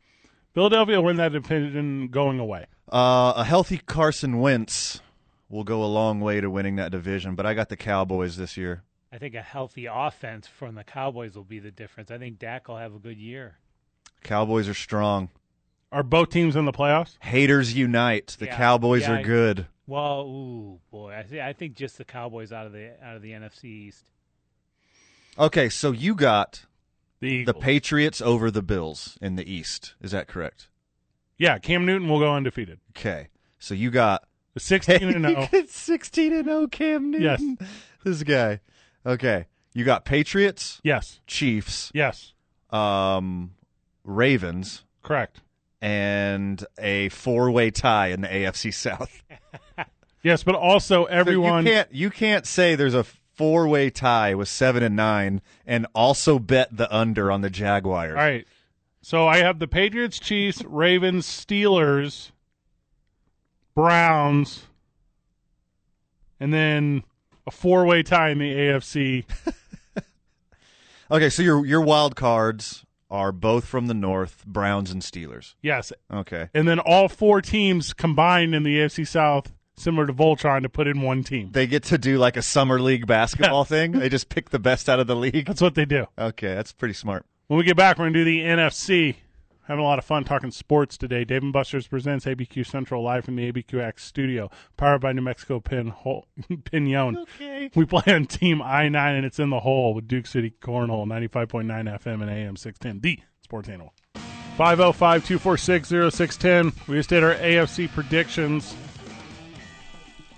Philadelphia will win that division going away. Uh, a healthy Carson Wentz will go a long way to winning that division, but I got the Cowboys this year. I think a healthy offense from the Cowboys will be the difference. I think Dak will have a good year. Cowboys are strong. Are both teams in the playoffs? Haters unite. The Yeah, Cowboys yeah, are I- good. Well, ooh boy, I, thi- I think just the Cowboys out of the out of the NFC East. Okay, so you got The the Eagles. Patriots over the Bills in the East. Is that correct? yeah, Cam Newton will go undefeated. Okay. So you got 16 and oh. 0. 16 and 0 Cam Yes. Newton. This guy. Okay. You got Patriots, Yes. Chiefs, Yes. um Ravens, Correct. and a four-way tie in the AFC South. Yes, but also So everyone you can't you can't say there's a four way tie with seven and nine and also bet the under on the Jaguars. All right. So I have the Patriots, Chiefs, Ravens, Steelers, Browns, and then a four-way tie in the AFC. Okay, so your your wild cards are both from the north, Browns and Steelers. Yes, Okay. and then all four teams combined in the AFC South, similar to Voltron, to put in one team. They get to do like a summer league basketball thing. They just pick the best out of the league. That's what they do. Okay, that's pretty smart. When we get back, we're going to do the NFC. Having a lot of fun talking sports today. Dave and Buster's presents ABQ Central live from the ABQX studio, powered by New Mexico Pin Hole Pinon. Okay. We play on Team I nine, and it's in the hole with Duke City Cornhole, ninety five point nine FM and AM six ten. The Sports Animal. 505-246-0610. We just did our AFC predictions.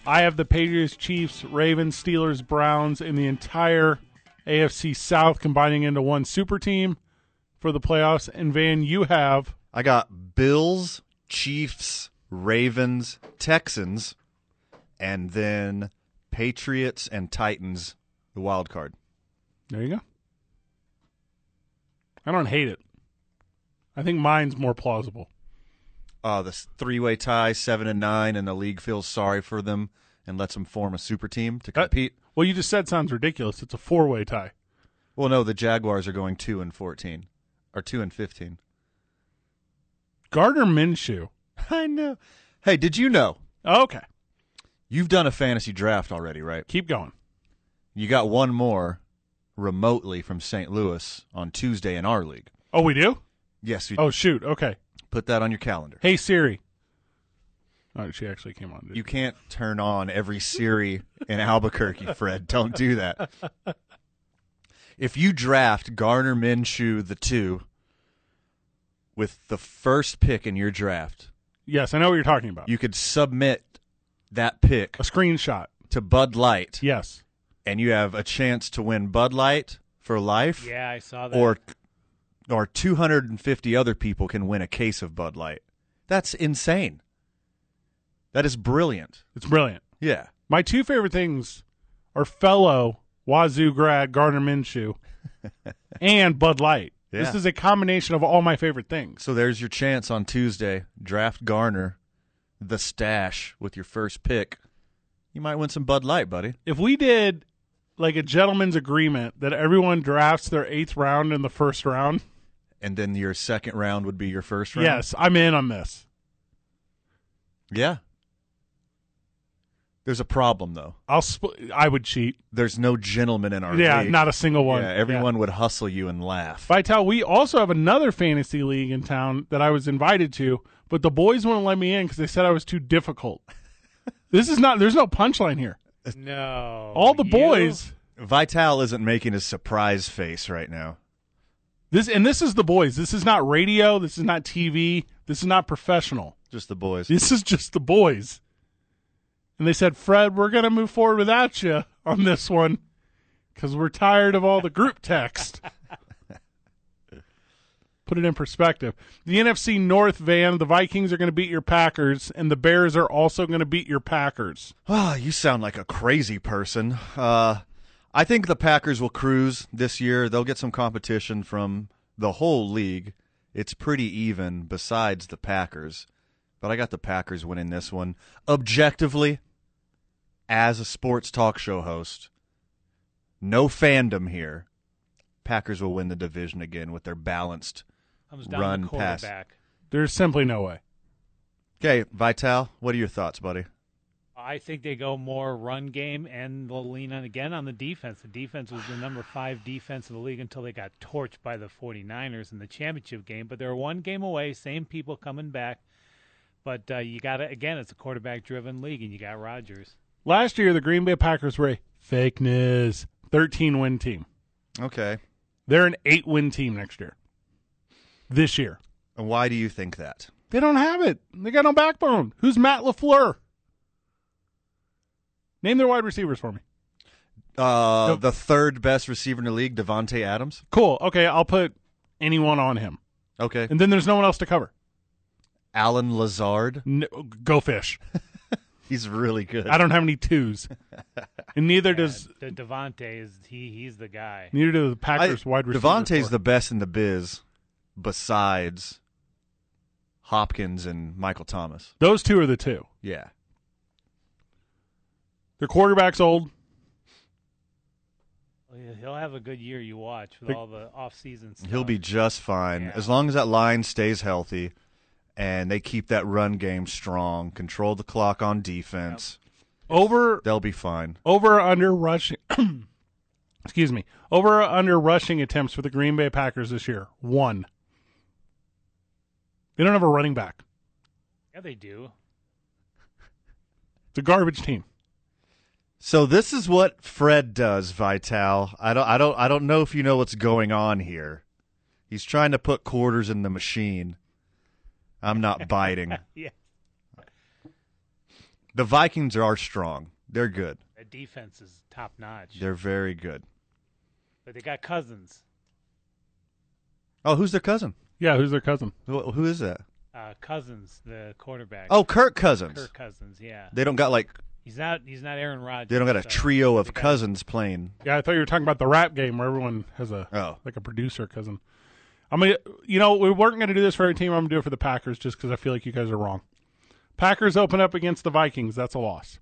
I have the Patriots, Chiefs, Ravens, Steelers, Browns, and the entire AFC South combining into one super team for the playoffs. And Van, you have I got Bills, Chiefs, Ravens, Texans, and then Patriots and Titans, the wild card. there you go. I don't hate it. I think mine's more plausible. Uh, this three-way tie, seven and nine, and the league feels sorry for them and lets them form a super team to Uh, compete. Well, you just said sounds ridiculous. It's a four way tie. well, no, the Jaguars are going two and fourteen, or two and fifteen. Gardner Minshew. I know. Hey, did you know Okay. you've done a fantasy draft already, right? Keep going. You got one more remotely from St. Louis on Tuesday in our league. Oh, we do? Yes, you Oh, shoot. Okay. put that on your calendar. Hey, Siri. Oh, she actually came on. didn't You can't turn on every Siri in Albuquerque, Fred. Don't do that. If you draft Garner Minshew the two with the first pick in your draft, Yes, I know what you're talking about. you could submit that pick a screenshot. to Bud Light, Yes. and you have a chance to win Bud Light for life, Yeah, I saw that. or or 250 other people can win a case of Bud Light. That's insane. That is brilliant. It's brilliant. Yeah. My two favorite things are fellow Wazoo grad Gardner Minshew and Bud Light. This Yeah. is a combination of all my favorite things. So there's your chance on Tuesday. Draft Garner, the stash with your first pick. You might win some Bud Light, buddy. If we did like a gentleman's agreement that everyone drafts their eighth round in the first round, And then your second round would be your first round. yes, I'm in on this. Yeah. There's a problem though. I'll spl- I would cheat. There's no gentleman in our yeah, league. not a single one. Yeah, Yeah. everyone would hustle you and laugh. Vital, we also have another fantasy league in town that I was invited to, but the boys wouldn't let me in because they said I was too difficult. this is not. There's no punchline here. no, All the You? boys. Vital isn't making his surprise face right now. This and this is the boys. This is not radio. This is not TV. This is not professional. Just the boys. This is just the boys. And they said, Fred, we're gonna move forward without you on this one because we're tired of all the group text. Put it in perspective. The NFC North van, the Vikings are going to beat your Packers, and the Bears are also going to beat your Packers. Ah, you sound like a crazy person. Uh, I think the Packers will cruise this year. They'll get some competition from the whole league. It's pretty even besides the Packers. But I got the Packers winning this one. Objectively, as a sports talk show host, no fandom here. Packers will win the division again with their balanced. comes down Run, the pass. quarterback. There's simply no way. Okay, Vital, what are your thoughts, buddy? I think they go more run game and they'll lean on again on the defense. The defense was the number five defense in the league until they got torched by the 49ers in the championship game. But they're one game away, same people coming back. But uh, you got to, again, it's a quarterback driven league and you got Rodgers. Last year, the Green Bay Packers were a fake news 13 win team. Okay. They're an eight win team next year. This year. And why do you think that? They don't have it. They got no backbone. Who's Matt LaFleur? Name their wide receivers for me. Uh, Nope. The third best receiver in the league, Devontae Adams. Cool. Okay, I'll put anyone on him. Okay. And then there's no one else to cover. Alan Lazard. No, go fish. He's really good. I don't have any twos. And neither does The uh, Devontae is, he, he's the guy. neither do the Packers wide receiver. Devontae's corps. the best in the biz besides Hopkins and Michael Thomas. Those two are the two. Yeah. Their quarterback's old. He'll have a good year, you watch, with The- all the offseason stuff. He'll be just fine Yeah. as long as that line stays healthy and they keep that run game strong, control the clock on defense. Over They'll be fine. over or under rushing excuse me. Over or under rushing attempts for the Green Bay Packers this year. One. They don't have a running back. Yeah, they do. It's a garbage team. So this is what Fred does, Vital. I don't I don't I don't know if you know what's going on here. He's trying to put quarters in the machine. I'm not biting. Yeah. The Vikings are strong. They're good. That defense is top notch. They're very good. But they got cousins. Oh, who's their cousin? Yeah, who's their cousin? Who, who is that? Uh, cousins, the quarterback. Oh, Kirk Cousins. Kirk Cousins. Yeah, They don't got like he's not. He's not Aaron Rodgers. they don't got a so trio they of got- cousins playing. Yeah, I thought you were talking about the rap game where everyone has a Oh. like a producer cousin. I mean, you know, we weren't going to do this for every team. I'm going to do it for the Packers just because I feel like you guys are wrong. Packers open up against the Vikings. That's a loss.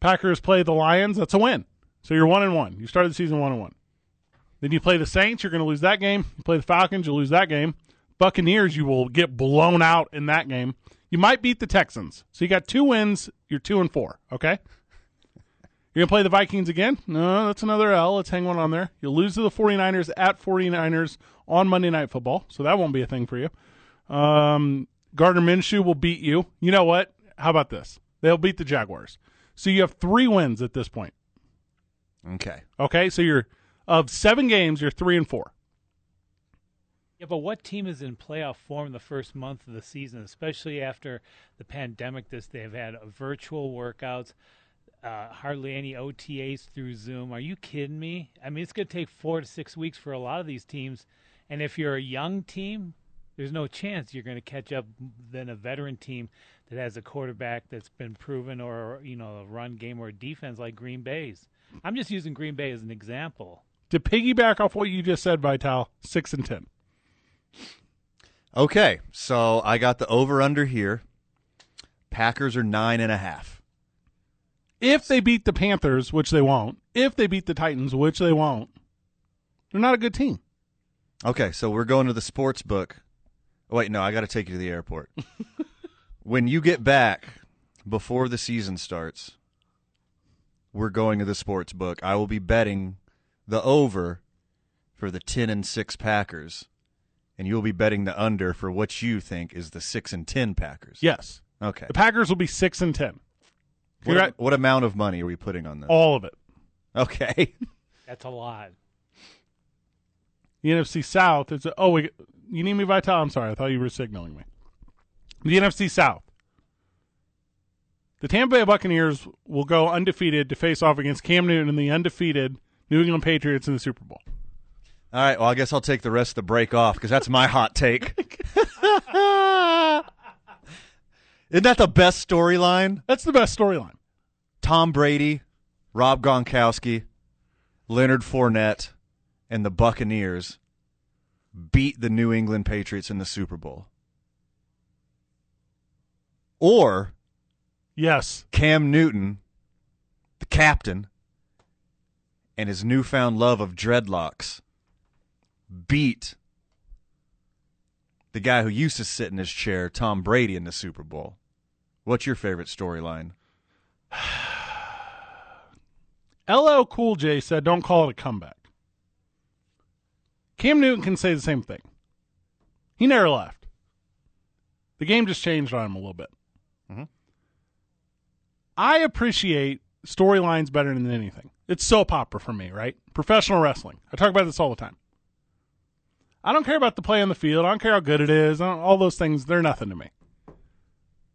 Packers play the Lions. That's a win. So you're one and one. You started the season one and one. Then you play the Saints. You're going to lose that game. You play the Falcons. You'll lose that game. Buccaneers. You will get blown out in that game. You might beat the Texans. So you got two wins. You're two and four. Okay. You're going to play the Vikings again? No, that's another L. Let's hang one on there. You'll lose to the 49ers at 49ers on Monday Night Football, so that won't be a thing for you. Um, Gardner Minshew will beat you. You know what? How about this? They'll beat the Jaguars. So you have three wins at this point. Okay. Okay, so you're of seven games, you're three and four. Yeah, but what team is in playoff form the first month of the season, especially after the pandemic? This they've had uh, virtual workouts, uh, hardly any OTAs through Zoom. Are you kidding me? I mean, it's going to take four to six weeks for a lot of these teams, and if you're a young team, there's no chance you're going to catch up than a veteran team that has a quarterback that's been proven, or you know, a run game or a defense like Green Bay's. I'm just using Green Bay as an example. To piggyback off what you just said, Vital, six and ten. Okay. So I got the over under here. Packers are nine and a half. If they beat the Panthers, which they won't, if they beat the Titans, which they won't, they're not a good team. Okay, so we're going to the sports book. Oh, wait, no, I got to take you to the airport. when you get back before the season starts, we're going to the sports book. I will be betting the over for the 10 and 6 Packers, and you'll be betting the under for what you think is the 6 and 10 Packers. Yes. Okay. The Packers will be six and ten. What, what amount of money are we putting on this? All of it. Okay. That's a lot. The NFC South is oh wait, you need me Vital. I'm sorry, I thought you were signaling me. The NFC South. The Tampa Bay Buccaneers will go undefeated to face off against Cam Newton and the undefeated New England Patriots in the Super Bowl. All right, well, I guess I'll take the rest of the break off because that's my hot take. Isn't that the best storyline? That's the best storyline. Tom Brady, Rob Gronkowski, Leonard Fournette, and the Buccaneers beat the New England Patriots in the Super Bowl. Or Yes. Cam Newton, the captain, and his newfound love of dreadlocks beat the guy who used to sit in his chair, Tom Brady, in the Super Bowl. What's your favorite storyline? LL Cool J said, "Don't call it a comeback." Cam Newton can say the same thing. He never left. The game just changed on him a little bit. Mhm. I appreciate storylines better than anything. It's soap opera for me, right? Professional wrestling. I talk about this all the time. I don't care about the play on the field. I don't care how good it is. I don't- all those things, they're nothing to me.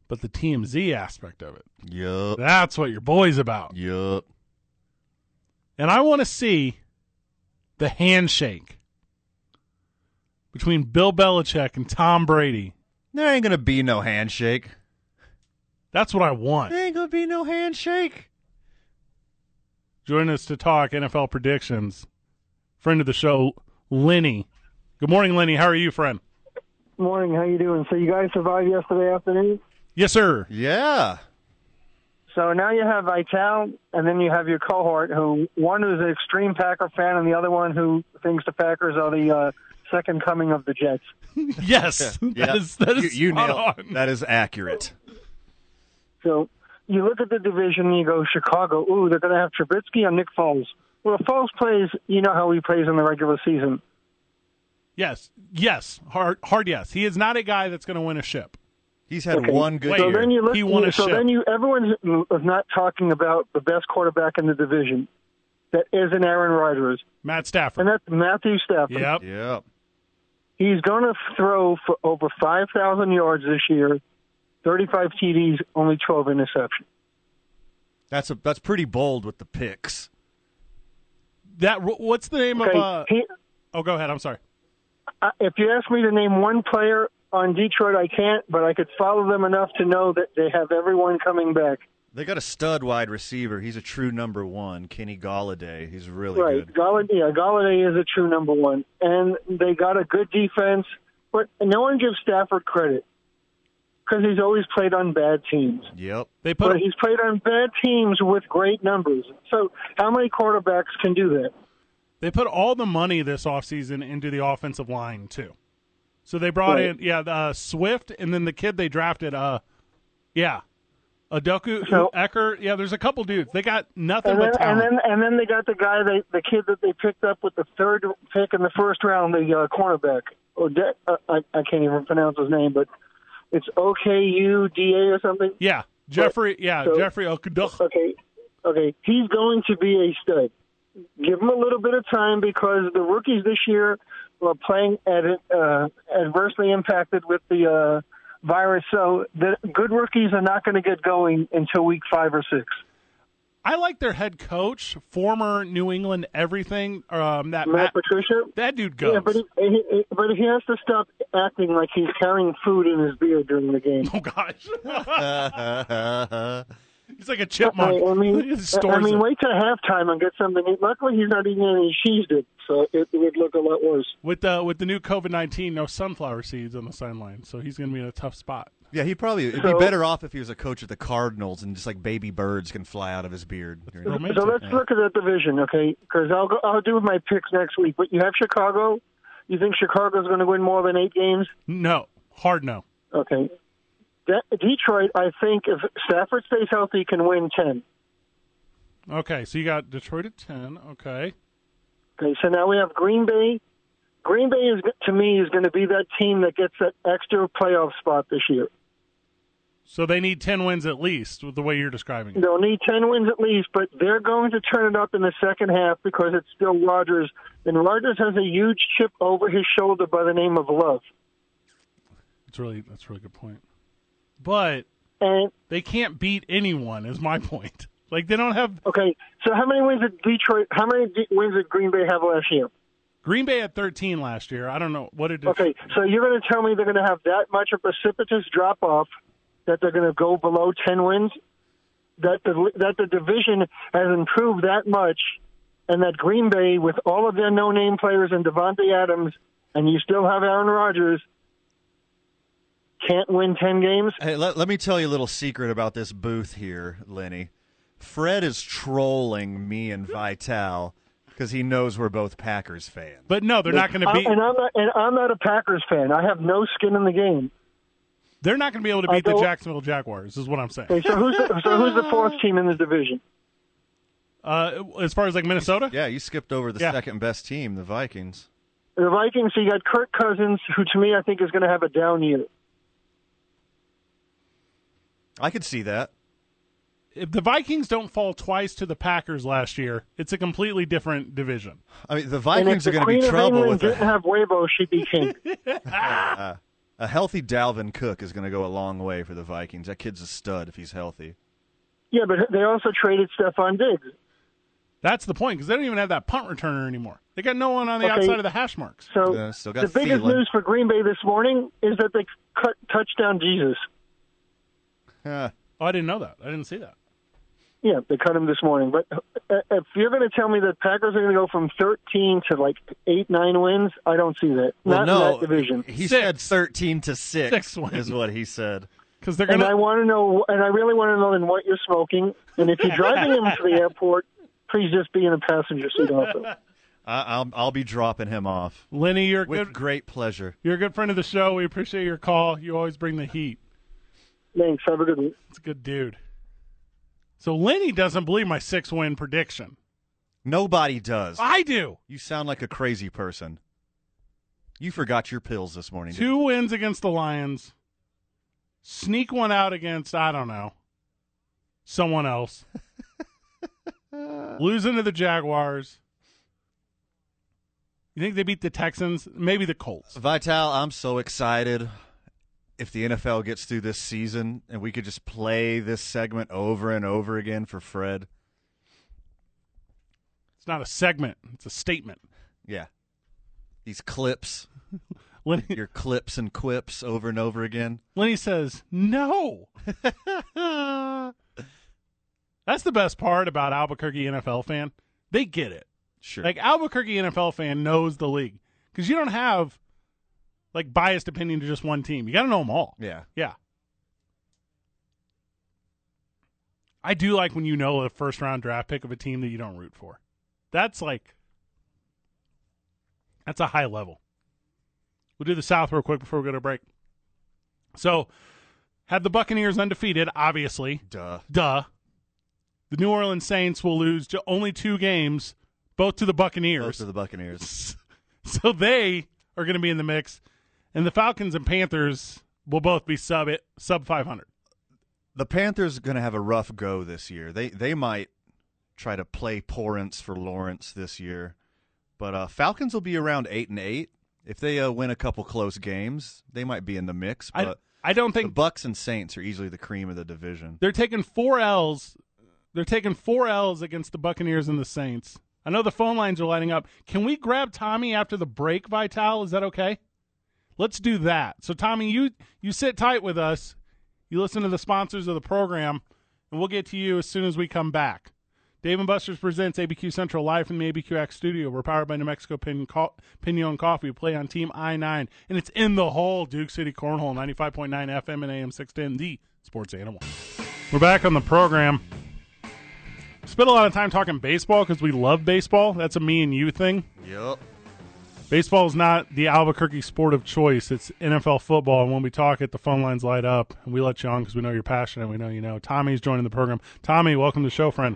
But the TMZ aspect of it, Yup. that's what your boy's about. Yup. And I want to see the handshake between Bill Belichick and Tom Brady. There ain't going to be no handshake. That's what I want. There ain't going to be no handshake. Join us to talk NFL predictions. Friend of the show, Lenny. Good morning, Lenny. How are you, friend? Morning, how you doing? So you guys survived yesterday afternoon. Yes, sir. Yeah. So now you have Vital, and then you have your cohort, who one is an extreme Packer fan, and the other one who thinks the Packers are the uh, second coming of the Jets. Yes. Yeah. That is, that is you, you spot nailed on. That is accurate. So you look at the division, and you go Chicago. Ooh, they're going to have Trubisky and Nick Foles. Well, Foles plays. You know how he plays in the regular season. Yes, yes, hard, hard yes. He is not a guy that's going to win a ship. He's had Okay. one good Wait. So year. then you He listen. won a so ship. then you everyone's not talking about the best quarterback in the division that isn't Aaron Rodgers, Matt and Stafford. that's Matthew Stafford. Yep. yeah. He's going to throw for over five thousand yards this year, thirty-five TDs, only twelve interceptions. That's a that's pretty bold with the picks. That. What's the name Okay, of? Uh, he, oh, go ahead. I'm sorry. I- if you ask me to name one player on Detroit, I can't, but I could follow them enough to know that they have everyone coming back. They got a stud wide receiver. He's a true number one, Kenny Galladay. He's really Right. good. Galladay, yeah, Galladay is a true number one. And they got a good defense, but no one gives Stafford credit because he's always played on bad teams. Yep. They put. But he's played on bad teams with great numbers. So how many quarterbacks can do that? They put all the money this offseason into the offensive line too. So they brought Right. in yeah, the, uh, Swift and then the kid they drafted uh yeah. Adoku So- Ecker. Yeah, there's a couple dudes. They got nothing And then, but and talent. then and then they got the guy, they, the kid that they picked up with the third pick in the first round, the uh, cornerback. Ode- uh, I, I can't even pronounce his name, but it's OKUDA or something. yeah. Jeffrey yeah, so- Jeffrey Okuduch. Okay, okay, he's going to be a stud. Give him a little bit of time because the rookies this year are playing at uh, adversely impacted with the uh, virus. So the good rookies are not going to get going until week five or six. I like their head coach, former New England everything, um that Matt Matt, Patricia. that dude goes. Yeah, but he, he, he- but he has to stop acting like he's carrying food in his beard during the game. oh gosh. That's He's like a I, chipmunk. I He mean, just I stores mean, it. wait till halftime and get something. Luckily, he's not eating any cheese dip, so it would look a lot worse. with the with the new COVID nineteen, no sunflower seeds on the sideline, so he's gonna be in a tough spot. yeah, he probably it'd So- be better off if he was a coach at the Cardinals and just like baby birds can fly out of his beard. Romantic. So let's look at that division, okay? Because I'll go, I'll do my picks next week. But you have Chicago. You think Chicago's going to win more than eight games? No. Hard no. Okay. De- Detroit, I think if Stafford stays healthy, can win ten. Okay, so you got Detroit at ten. Okay, Okay, so now we have Green Bay. Green Bay is to me is going to be that team that gets that extra playoff spot this year. so they need ten wins at least, with the way you're describing it. They'll need ten wins at least, but they're going to turn it up in the second half because it's still Rodgers, and Rodgers has a huge chip over his shoulder by the name of Love. It's really that's a really good point. But And they can't beat anyone. Is my point. Like they don't have Okay, so how many wins did Detroit? How many D- wins did Green Bay have last year? Green Bay at thirteen last year. I don't know what it is. Okay, so you're going to tell me they're going to have that much of precipitous drop off that they're going to go below ten wins? That the that the division has improved that much, and that Green Bay, with all of their no name players and Devontae Adams, and you still have Aaron Rodgers, can't win ten games. Hey, let, let me tell you a little secret about this booth here, Lenny. Fred is trolling me and Vital because he knows we're both Packers fans. But no, they're not going to I- beat. Uh, and I'm not, and I'm not a Packers fan. I have no skin in the game. They're not going to be able to I beat the don't- Jacksonville Jaguars. Is what I'm saying. Okay, so who's the, so who's the fourth team in this division? Uh, as far as like Minnesota, Yeah, you skipped over the Yeah. second best team, the Vikings. The Vikings, you got Kirk Cousins, who to me I think is going to have a down year. I could see that. if the Vikings don't fall twice to the Packers last year, it's a completely different division. I mean, the And Vikings if are going to the Queen be of trouble England with didn't a, have Weibo, she'd be king. a healthy Dalvin Cook is going to go a long way for the Vikings. That kid's a stud if he's healthy. yeah, but they also traded Stephon Diggs. That's the point because they don't even have that punt returner anymore. They got no one on the Okay. outside of the hash marks. So Yeah, still got the biggest Thielen. news for Green Bay this morning is that they cut touchdown Jesus. Huh. Oh, I didn't know that. I didn't see that. Yeah, they cut him this morning. But uh, if you're going to tell me that Packers are going to go from 13 to like eight, nine wins, I don't see that. Well, Not in no, that division. he said Six. thirteen to six, Six wins. is what he said. Because they're And gonna. I want to know, and I really want to know then what you're smoking. And if you're driving him to the airport, please just be in the passenger seat also. I, I'll I'll be dropping him off Lenny, you're a with good. great pleasure. You're a good friend of the show. We appreciate your call. You always bring the heat. Thanks. Have a good one. It's a good dude. So Lenny doesn't believe my six win prediction. Nobody does. I do. You sound like a crazy person. You forgot your pills this morning. didn't Two wins against the Lions. Sneak one out against, I don't know, someone else. Losing to the Jaguars. You think they beat the Texans? Maybe the Colts. Vital, I'm so excited. If the NFL gets through this season and we could just play this segment over and over again for Fred. It's not a segment, it's a statement. Yeah. These clips, Lenny, your clips and quips over and over again. Lenny says, no. That's the best part about Albuquerque NFL fan. They get it. Sure. Like Albuquerque NFL fan knows the league because you don't have like biased opinion to just one team. You got to know them all. yeah. Yeah. I do like when you know a first round draft pick of a team that you don't root for. That's like that's a high level. We'll do the South real quick before we go to break. So, had the Buccaneers undefeated, obviously. Duh. Duh. The New Orleans Saints will lose to only two games, both to the Buccaneers. Most of the Buccaneers. so they are going to be in the mix, and the Falcons and Panthers will both be sub it sub five hundred. The Panthers are going to have a rough go this year. They they might try to play Porrance for Lawrence this year. But uh, Falcons will be around 8 and 8. If they uh, win a couple close games, they might be in the mix, but I I don't the think Bucks and Saints are easily the cream of the division. they're taking four L's. They're taking four L's against the Buccaneers and the Saints. I know the phone lines are lighting up. Can we grab Tommy after the break, Vital? Is that okay? Let's do that. So Tommy, you you sit tight with us. You listen to the sponsors of the program, and we'll get to you as soon as we come back. Dave and Buster's presents ABQ Central live from the ABQX studio. We're powered by New Mexico Pin- Co- Pinion Coffee. We play on Team I 9, and it's in the hole, Duke City Cornhole, 95.9 FM and AM 610, the sports animal. We're back on the program. Spent a lot of time talking baseball because we love baseball. That's a me and you thing. Yep. Baseball is not the Albuquerque sport of choice. It's NFL football. And when we talk it, the phone lines light up. And we let you on because we know you're passionate. We know you know. Tommy's joining the program. Tommy, welcome to the show, friend.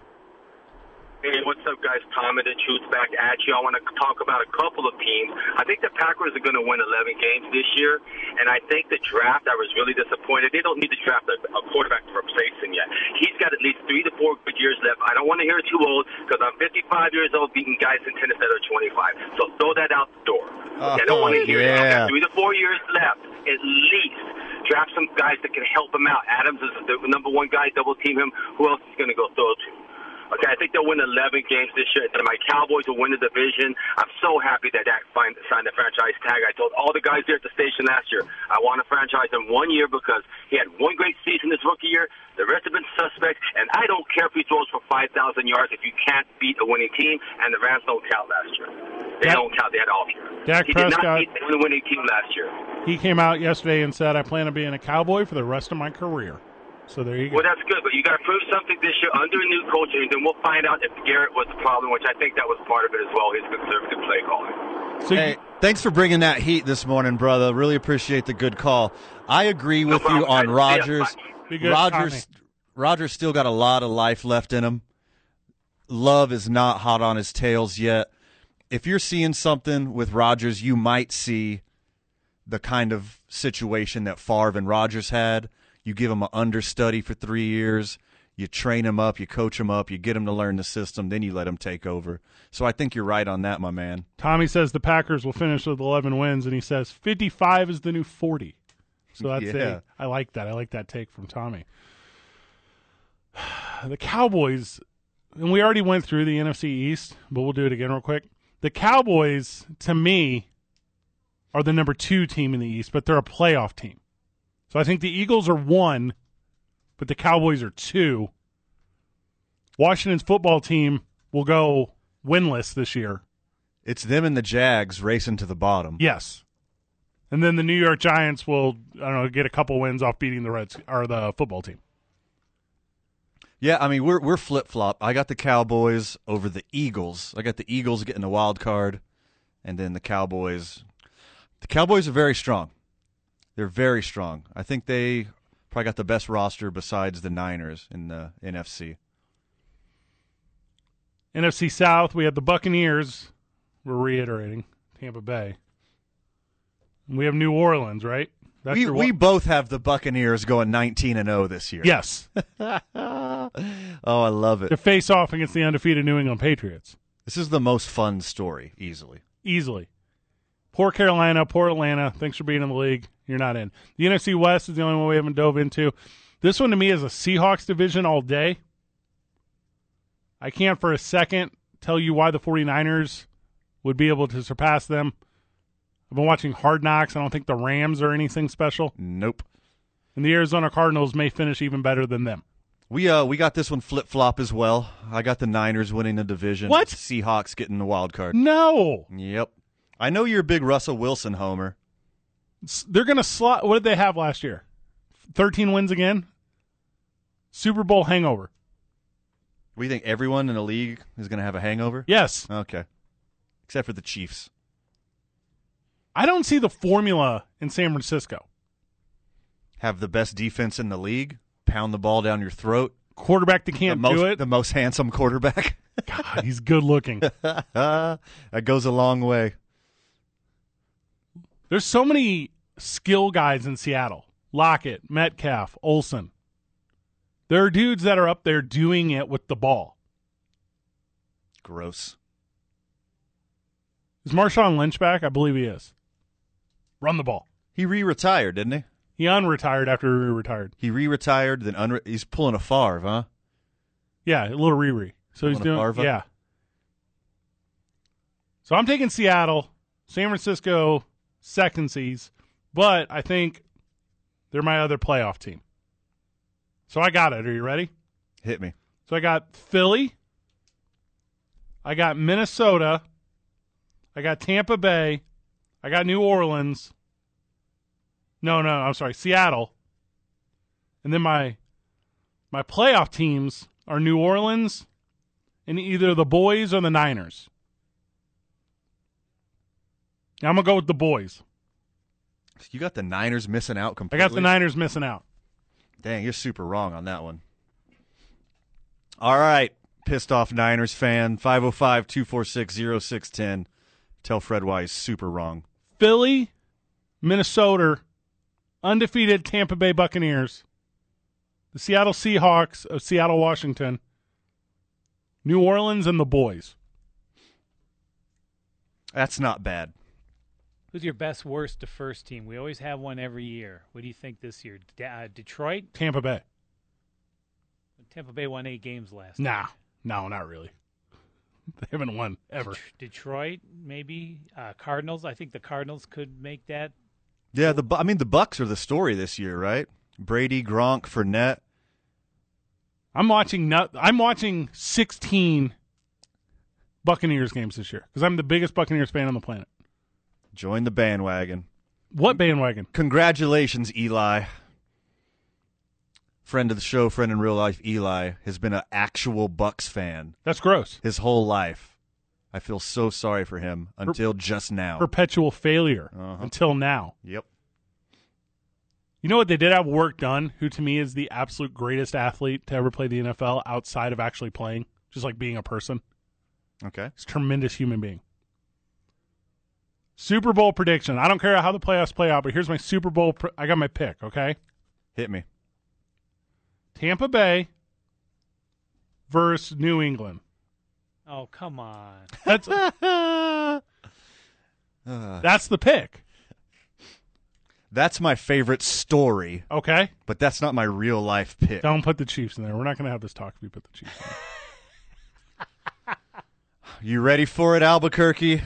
Hey, what's up, guys? Tom and the Truth back at you. I want to talk about a couple of teams. I think the Packers are going to win 11 games this year, and I think the draft, I was really disappointed. They don't need to draft a, a quarterback to replace him yet. He's got at least three to four good years left. I don't want to hear too old because I'm 55 years old beating guys in tennis that are 25. So throw that out the door. Okay, I don't want to hear that. I've yeah. got three to four years left, at least. Draft some guys that can help him out. Adams is the number one guy. Double team him. Who else is going to go throw to? Okay, I think they'll win 11 games this year. And my Cowboys will win the division. I'm so happy that Dak find, signed the franchise tag. I told all the guys here at the station last year, I want to franchise him one year because he had one great season his rookie year. The rest have been suspects, and I don't care if he throws for 5,000 yards if you can't beat a winning team. And the Rams don't count last year. They Dak- don't count. They had all year. Dak he did Prescott- not beat the winning team last year. He came out yesterday and said, I plan on being a cowboy for the rest of my career. So there you go. Well, that's good, but you got to prove something this year under a new coach, and then we'll find out if Garrett was the problem, which I think that was part of it as well, his conservative play calling. so you- Hey, thanks for bringing that heat this morning, brother. Really appreciate the good call. I agree with you problem, on guys. See ya. Rogers. Be good, Rogers, Rogers still got a lot of life left in him. Love is not hot on his tails yet. If you're seeing something with Rogers, you might see the kind of situation that Favre and Rogers had. You give him an understudy for three years. You train him up, you coach him up, you get him to learn the system, then you let him take over. So I think you're right on that, my man. Tommy says the Packers will finish with 11 wins, and he says 55 is the new 40. So that's Yeah. it. I like that. I like that take from Tommy. The Cowboys, and we already went through the NFC East, but we'll do it again real quick. The Cowboys, to me, are the number two team in the East, but they're a playoff team. So I think the Eagles are one, but the Cowboys are two. Washington's football team will go winless this year It's them and the Jags racing to the bottom. Yes. And then the New York Giants will, I don't know, get a couple wins off beating the Reds or the football team. Yeah, I mean we're we're flip flop. I got the Cowboys over the Eagles. I got the Eagles getting a wild card, and then the Cowboys. The Cowboys are very strong. They're very strong. I think they probably got the best roster besides the Niners in the NFC. NFC South, we have the Buccaneers. We're reiterating Tampa Bay. We have New Orleans, right? That's we your we wa- both have the Buccaneers going 19 and 0 this year. yes oh, I love to it. face off against the undefeated New England Patriots This is the most fun story easily. easily. Poor Carolina, poor Atlanta. Thanks for being in the league. You're not in. The NFC West is the only one we haven't dove into. This one to me is a Seahawks division all day. I can't for a second tell you why the 49ers would be able to surpass them. I've been watching Hard Knocks. I don't think the Rams are anything special. Nope. And the Arizona Cardinals may finish even better than them. We uh we got this one flip flop as well. I got the Niners winning the division. What? Seahawks getting the wild card. No. Yep. I know you're a big Russell Wilson homer. s- they're going to slot. What did they have last year? 13 wins again? Super Bowl hangover. We think everyone in the league is going to have a hangover. Yes. Okay. Except for the Chiefs. I don't see the formula in San Francisco. Have the best defense in the league. Pound the ball down your throat. Quarterback that The can't most, do it. the most handsome quarterback. God, he's good looking. that goes a long way. There's so many skill guys in Seattle Lockett, Metcalf, Olson. There are dudes that are up there doing it with the ball. Gross. Is Marshawn Lynch back? I believe he is. Run the ball. He re-retired, didn't he? He unretired after he retired. He re-retired, then unre- he's pulling a Favre, huh? Yeah, a little Riri. So he's Wanna doing Farva? yeah. So I'm taking Seattle, San Francisco second seeds, but I think they're my other playoff team. So I got it. Are you ready? Hit me. So I got Philly. I got Minnesota. I got Tampa Bay. I got New Orleans. No, no, I'm sorry, Seattle. And then my my playoff teams are New Orleans and either the boys or the Niners. Now I'm gonna go with the boys. You got the Niners missing out I completely. got the Niners missing out. Dang, you're super wrong on that one. All right, pissed off Niners fan, 505 246 0610. Tell Fred why he's super wrong. Philly, Minnesota, undefeated Tampa Bay Buccaneers, the Seattle Seahawks of Seattle, Washington, New Orleans, and the boys. That's not bad. Who's your best, worst to first team? We always have one every year. What do you think this year? De- uh, Detroit? Tampa Bay. Tampa Bay won eight games last. Nah, no, not really. They haven't won ever. year. Detroit, maybe uh, Cardinals. I think the Cardinals could make that. Yeah, the Bu- I mean the Bucks are the story this year, right? Brady, Gronk, Fournette. I'm watching. No, I'm watching 16 Buccaneers games this year because I'm the biggest Buccaneers fan on the planet. Join the bandwagon. What bandwagon? Congratulations, Eli. Friend of the show, friend in real life, Eli has been an actual Bucks fan That's gross. his whole life. I feel so sorry for him until just now. Perpetual failure Uh-huh. until now. yep. You know what they did have work done, who to me is the absolute greatest athlete to ever play the NFL outside of actually playing, just like being a person. Okay. He's a tremendous human being. Super Bowl prediction. I don't care how the playoffs play out, but here's my Super Bowl. Pr- I got my pick, okay? Hit me. Tampa Bay versus New England. Oh come on! That's that's the pick, That's my favorite story, okay? but that's not my real life pick. Don't put the Chiefs in there. We're not going to have this talk if you put the Chiefs in there. You ready for it, Albuquerque?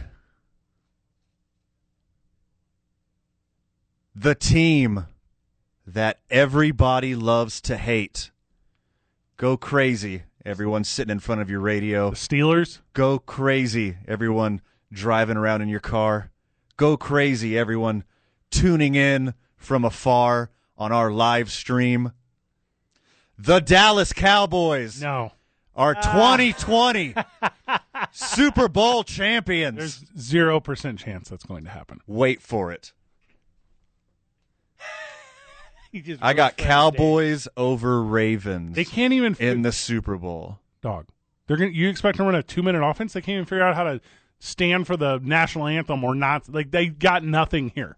The team that everybody loves to hate. Go crazy, everyone sitting in front of your radio. The Steelers? Go crazy, everyone driving around in your car. Go crazy, everyone tuning in from afar on our live stream. The Dallas Cowboys No. Ah. are 2020 Super Bowl champions. There's 0% chance that's going to happen. Wait for it. You just I got ruined Fred's day. Cowboys over Ravens They can't even in the Super Bowl. dog. They're gonna you expect them to run a two minute offense? They can't even figure out how to stand for the national anthem or not. Like they got nothing here.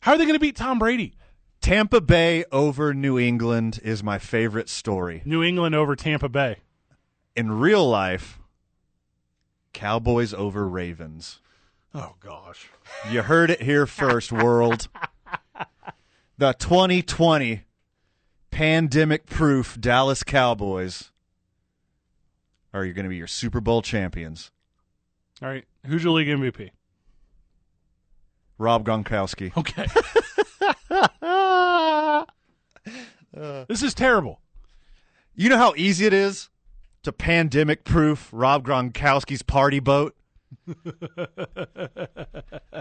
How are they going to beat Tom Brady? Tampa Bay over New England is my favorite story. New England over Tampa Bay. In real life, Cowboys over Ravens. Oh gosh. You heard it here first, world. The 2020 pandemic proof Dallas Cowboys are going to be your Super Bowl champions. All right. Who's your league MVP? Rob Gronkowski. Okay. Uh. this is terrible. You know how easy it is to pandemic proof Rob Gronkowski's party boat?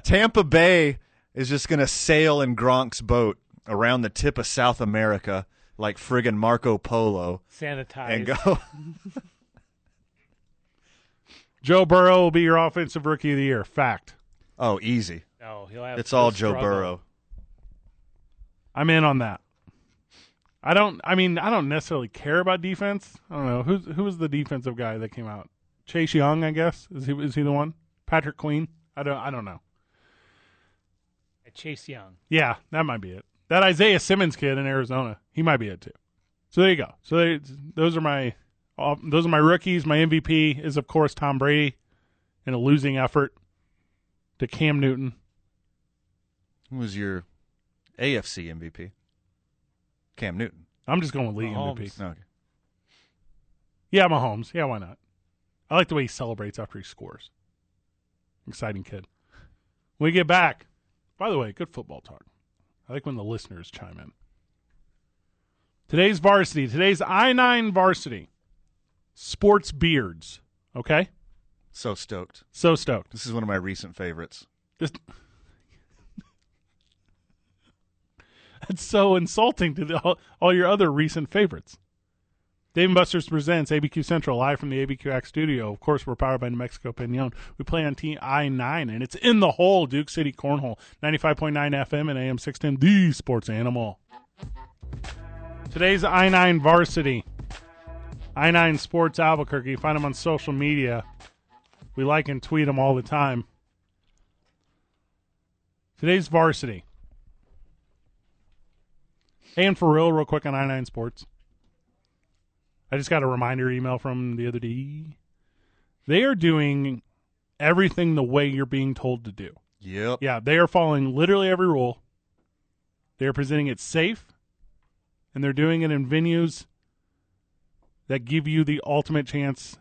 Tampa Bay is just going to sail in Gronk's boat around the tip of South America like friggin' Marco Polo and sanitized. go. Joe Burrow will be your offensive rookie of the year. Fact. oh, easy. No, he'll have It's all he'll Joe struggle. Burrow. I'm in on that. I don't. I mean, I don't necessarily care about defense. I don't know who's who was the defensive guy that came out. Chase Young, I guess. Is he is he the one? Patrick Queen. I don't. I don't know. Chase Young. Yeah, that might be it. That Isaiah Simmons kid in Arizona, he might be it too. So there you go. So they, those are my all, those are my rookies. My MVP is of course Tom Brady, in a losing effort to Cam Newton. Who was your AFC MVP? Cam Newton. I'm just going with league MVP. Mahomes. No, okay. Yeah, Mahomes. Yeah, why not? I like the way he celebrates after he scores. Exciting kid. When we get back, by the way, good football talk. I like when the listeners chime in. Today's varsity, today's I 9 varsity, sports beards. Okay? So stoked. So stoked. This is one of my recent favorites. Just- That's so insulting to the, all, all your other recent favorites. Dave and Buster's presents ABQ Central live from the ABQX studio. Of course, we're powered by New Mexico Pinion. We play on TI 9, and it's in the hole, Duke City Cornhole, 95.9 FM and AM 610, the sports animal. Today's I 9 varsity, I 9 Sports Albuquerque. Find them on social media. We like and tweet them all the time. Today's varsity. And for real, real quick on I nine sports. I just got a reminder email from the other day. They are doing everything the way you're being told to do. Yep. Yeah, they are following literally every rule. They are presenting it safe, and they're doing it in venues that give you the ultimate chance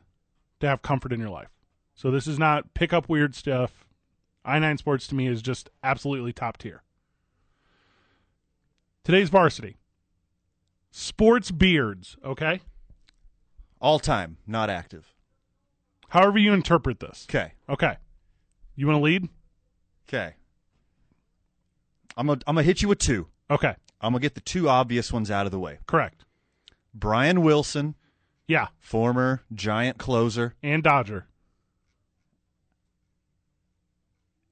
to have comfort in your life. So this is not pick up weird stuff. I nine Sports to me is just absolutely top tier. Today's varsity. Sports beards, okay? All time, not active. However you interpret this. Okay. Okay. You want to lead? Okay. I'm gonna I'm gonna hit you with two. Okay. I'm gonna get the two obvious ones out of the way. Correct. Brian Wilson, Yeah. former Giant closer, And Dodger.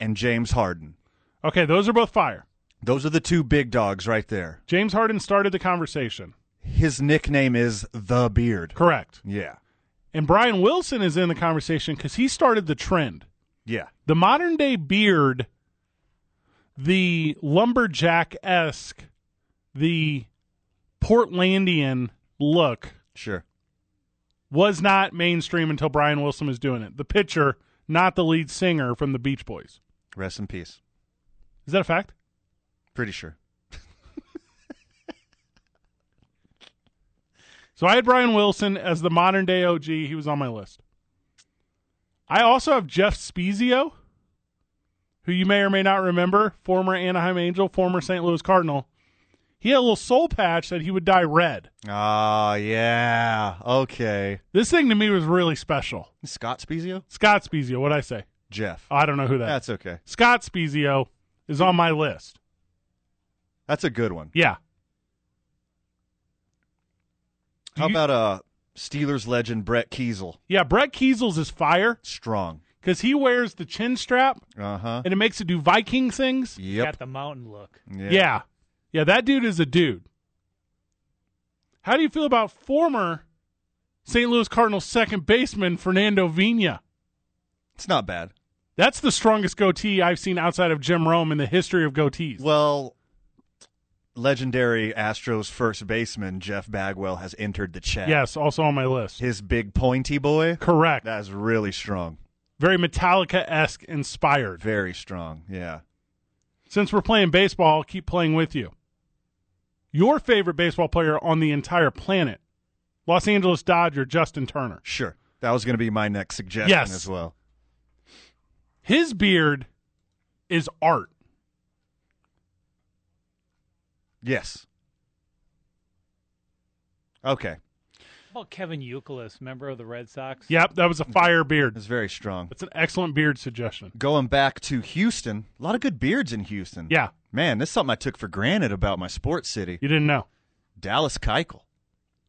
and James Harden. Okay, those are both fire. Those are the two big dogs right there. James Harden started the conversation. His nickname is the Beard. Correct. Yeah. And Brian Wilson is in the conversation because he started the trend. Yeah. The modern day beard, the lumberjack esque, the Portlandian look Sure. was not mainstream until Brian Wilson was doing it. The pitcher, not the lead singer from the Beach Boys. Rest in peace. Is that a fact? Pretty sure. So I had Brian Wilson as the modern day OG. He was on my list. I also have Jeff Spezio, who you may or may not remember, former Anaheim Angel, former St. Louis Cardinal. He had a little soul patch that he would dye red. Ah, yeah. Okay. This thing to me was really special. Scott Spezio? Scott Spezio, what'd I say? Jeff. Oh, I don't know who that is. That's okay. Scott Spezio is on my list. That's a good one. Yeah. How You- about uh Steelers legend Brett Kiesel? Yeah, Brett Kiesel's is fire Strong. because he wears the chin strap Uh-huh. and it makes it do Viking things. Yep. Got the mountain look. Yeah. Yeah. Yeah, that dude is a dude. How do you feel about former St. Louis Cardinals second baseman Fernando Vina? It's not bad. That's the strongest goatee I've seen outside of Jim Rome in the history of goatees. Well, legendary Astros first baseman Jeff Bagwell has entered the chat. yes, also on my list. His big pointy boy. Correct. That's really strong. Very Metallica esque inspired. Very strong. Yeah. Since we're playing baseball, I'll keep playing with you. Your favorite baseball player on the entire planet, Los Angeles Dodger Justin Turner. Sure. That was going to be my next suggestion Yes. as well. His beard is art. Yes. Okay. How about Kevin Euclid, member of the Red Sox? Yep, that was a fire beard. It's very strong. That's an excellent beard suggestion. Going back to Houston, a lot of good beards in Houston. Yeah, Man, this is something I took for granted about my sports city. you didn't know. Dallas Keuchel.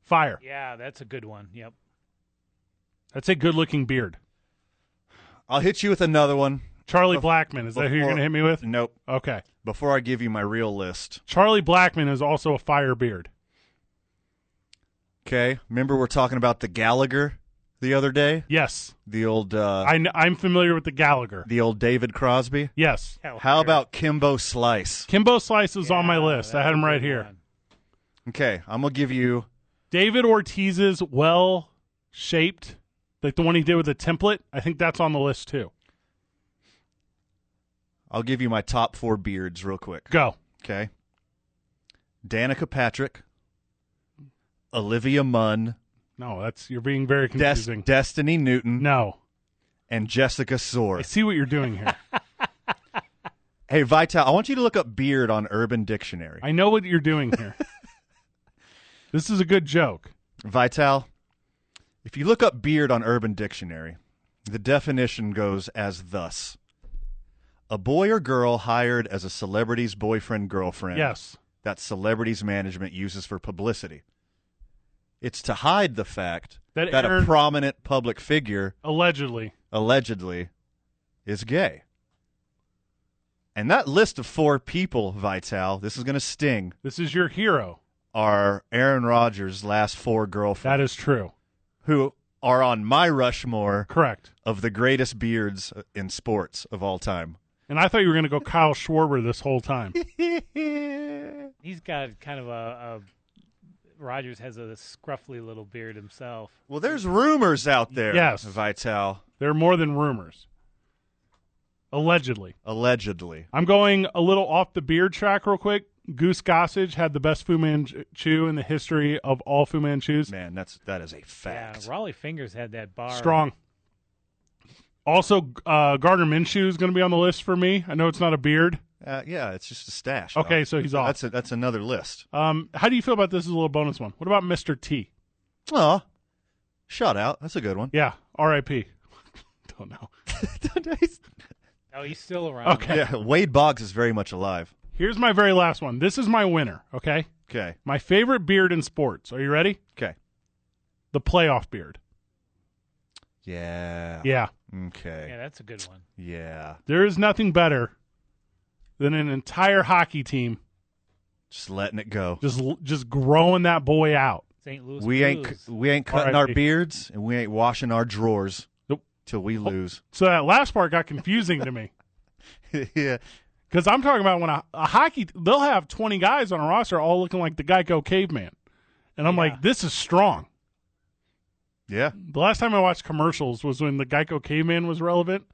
Fire. Yeah, that's a good one. Yep. That's a good looking beard. I'll hit you with another one. Charlie Bef- Blackman, is that who you're before- going to hit me with? Nope. Okay. Before I give you my real list, Charlie Blackman is also a fire beard. okay? Remember we are talking about the Gallagher the other day, Yes. the old uh, I kn- I'm familiar with the Gallagher. the old David Crosby. Yes. How about Kimbo Slice? Kimbo Slice is on my Yeah, list. I that's had him a right good here. one. Okay, I'm gonna give you David Ortiz's well shaped, like the one he did with the template. I think that's on the list too. I'll give you my top four beards real quick. Go. Okay, Danica Patrick, Olivia Munn, No, that's you're being very Des- confusing. Destiny Newton, no, and Jessica I Soar. see what you're doing here. Hey Vital, I want you to look up beard on Urban Dictionary. I know what you're doing here. this is a good joke. Vital, if you look up beard on Urban Dictionary, the definition goes as thus a boy or girl hired as a celebrity's boyfriend girlfriend Yes. that celebrities management uses for publicity. It's to hide the fact That that, Aaron- a prominent public figure Allegedly. allegedly is gay. And that list of four people, Vital, this is going to sting, This is your hero. are Aaron Rodgers' last four girlfriends. That is true. who are on my Rushmore Correct. of the greatest beards in sports of all time. And I thought you were going to go Kyle Schwarber this whole time. He's got kind of a, a Rogers has a scruffy little beard himself. Well, there's rumors out there. Yes. Vital, They're more than rumors. Allegedly. allegedly. I'm going a little off the beard track real quick. Goose Gossage had the best Fu Manchu in the history of all Fu Manchus. Man, that's that is a fact. Yeah, Raleigh Fingers had that bar. Strong. Also, uh, Gardner Minshew is going to be on the list for me. I know it's not a beard. Uh, yeah, it's just a stash. Okay, though. so he's off. That's a, that's another list. Um, how do you feel about this as a little bonus one? What about Mr. T? Oh, shout out. That's a good one. Yeah, R.I.P. Don't know. Oh, he's still around. Okay. Yeah, Wade Boggs is very much alive. Here's my very last one. This is my winner, okay? Okay. My favorite beard in sports. Are you ready? Okay. The playoff beard. Yeah. Yeah. Okay. Yeah, that's a good one. Yeah. There is nothing better than an entire hockey team Just letting it go. just just growing that boy out. St. Louis. we ain't Blues. cu- we ain't cutting our RIP. beards and we ain't washing our drawers Nope. till we lose. So that last part got confusing to me yeah. because I'm talking about when a, a hockey they'll have 20 guys on a roster all looking like the Geico caveman, and I'm like, this is strong. Yeah. The last time I watched commercials was when the Geico caveman was relevant,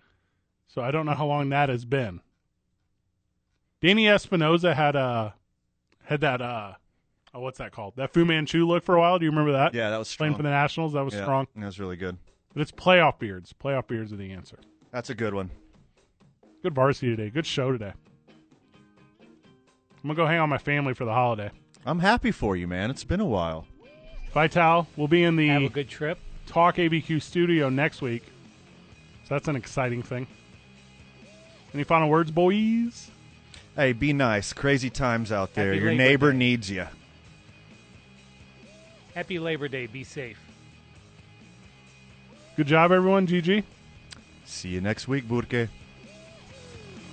so I don't know how long that has been. Danny Espinoza had uh had that uh oh, what's that called that Fu Manchu look for a while. Do you remember that? Yeah, that was strong. playing for the Nationals. That was Yeah, strong. That was really good. But it's playoff beards. Playoff beards are the answer. That's a good one. Good varsity today. Good show today. I'm gonna go hang out with my family for the holiday. I'm happy for you, man. It's been a while. Vital will be in Have the a good trip. Talk ABQ studio next week, so that's an exciting thing. Any final words, boys? Hey, be nice. Crazy times out there. Happy Your Labor neighbor Day. needs you. Happy Labor Day. Be safe. Good job, everyone. GG. See you next week, Burke.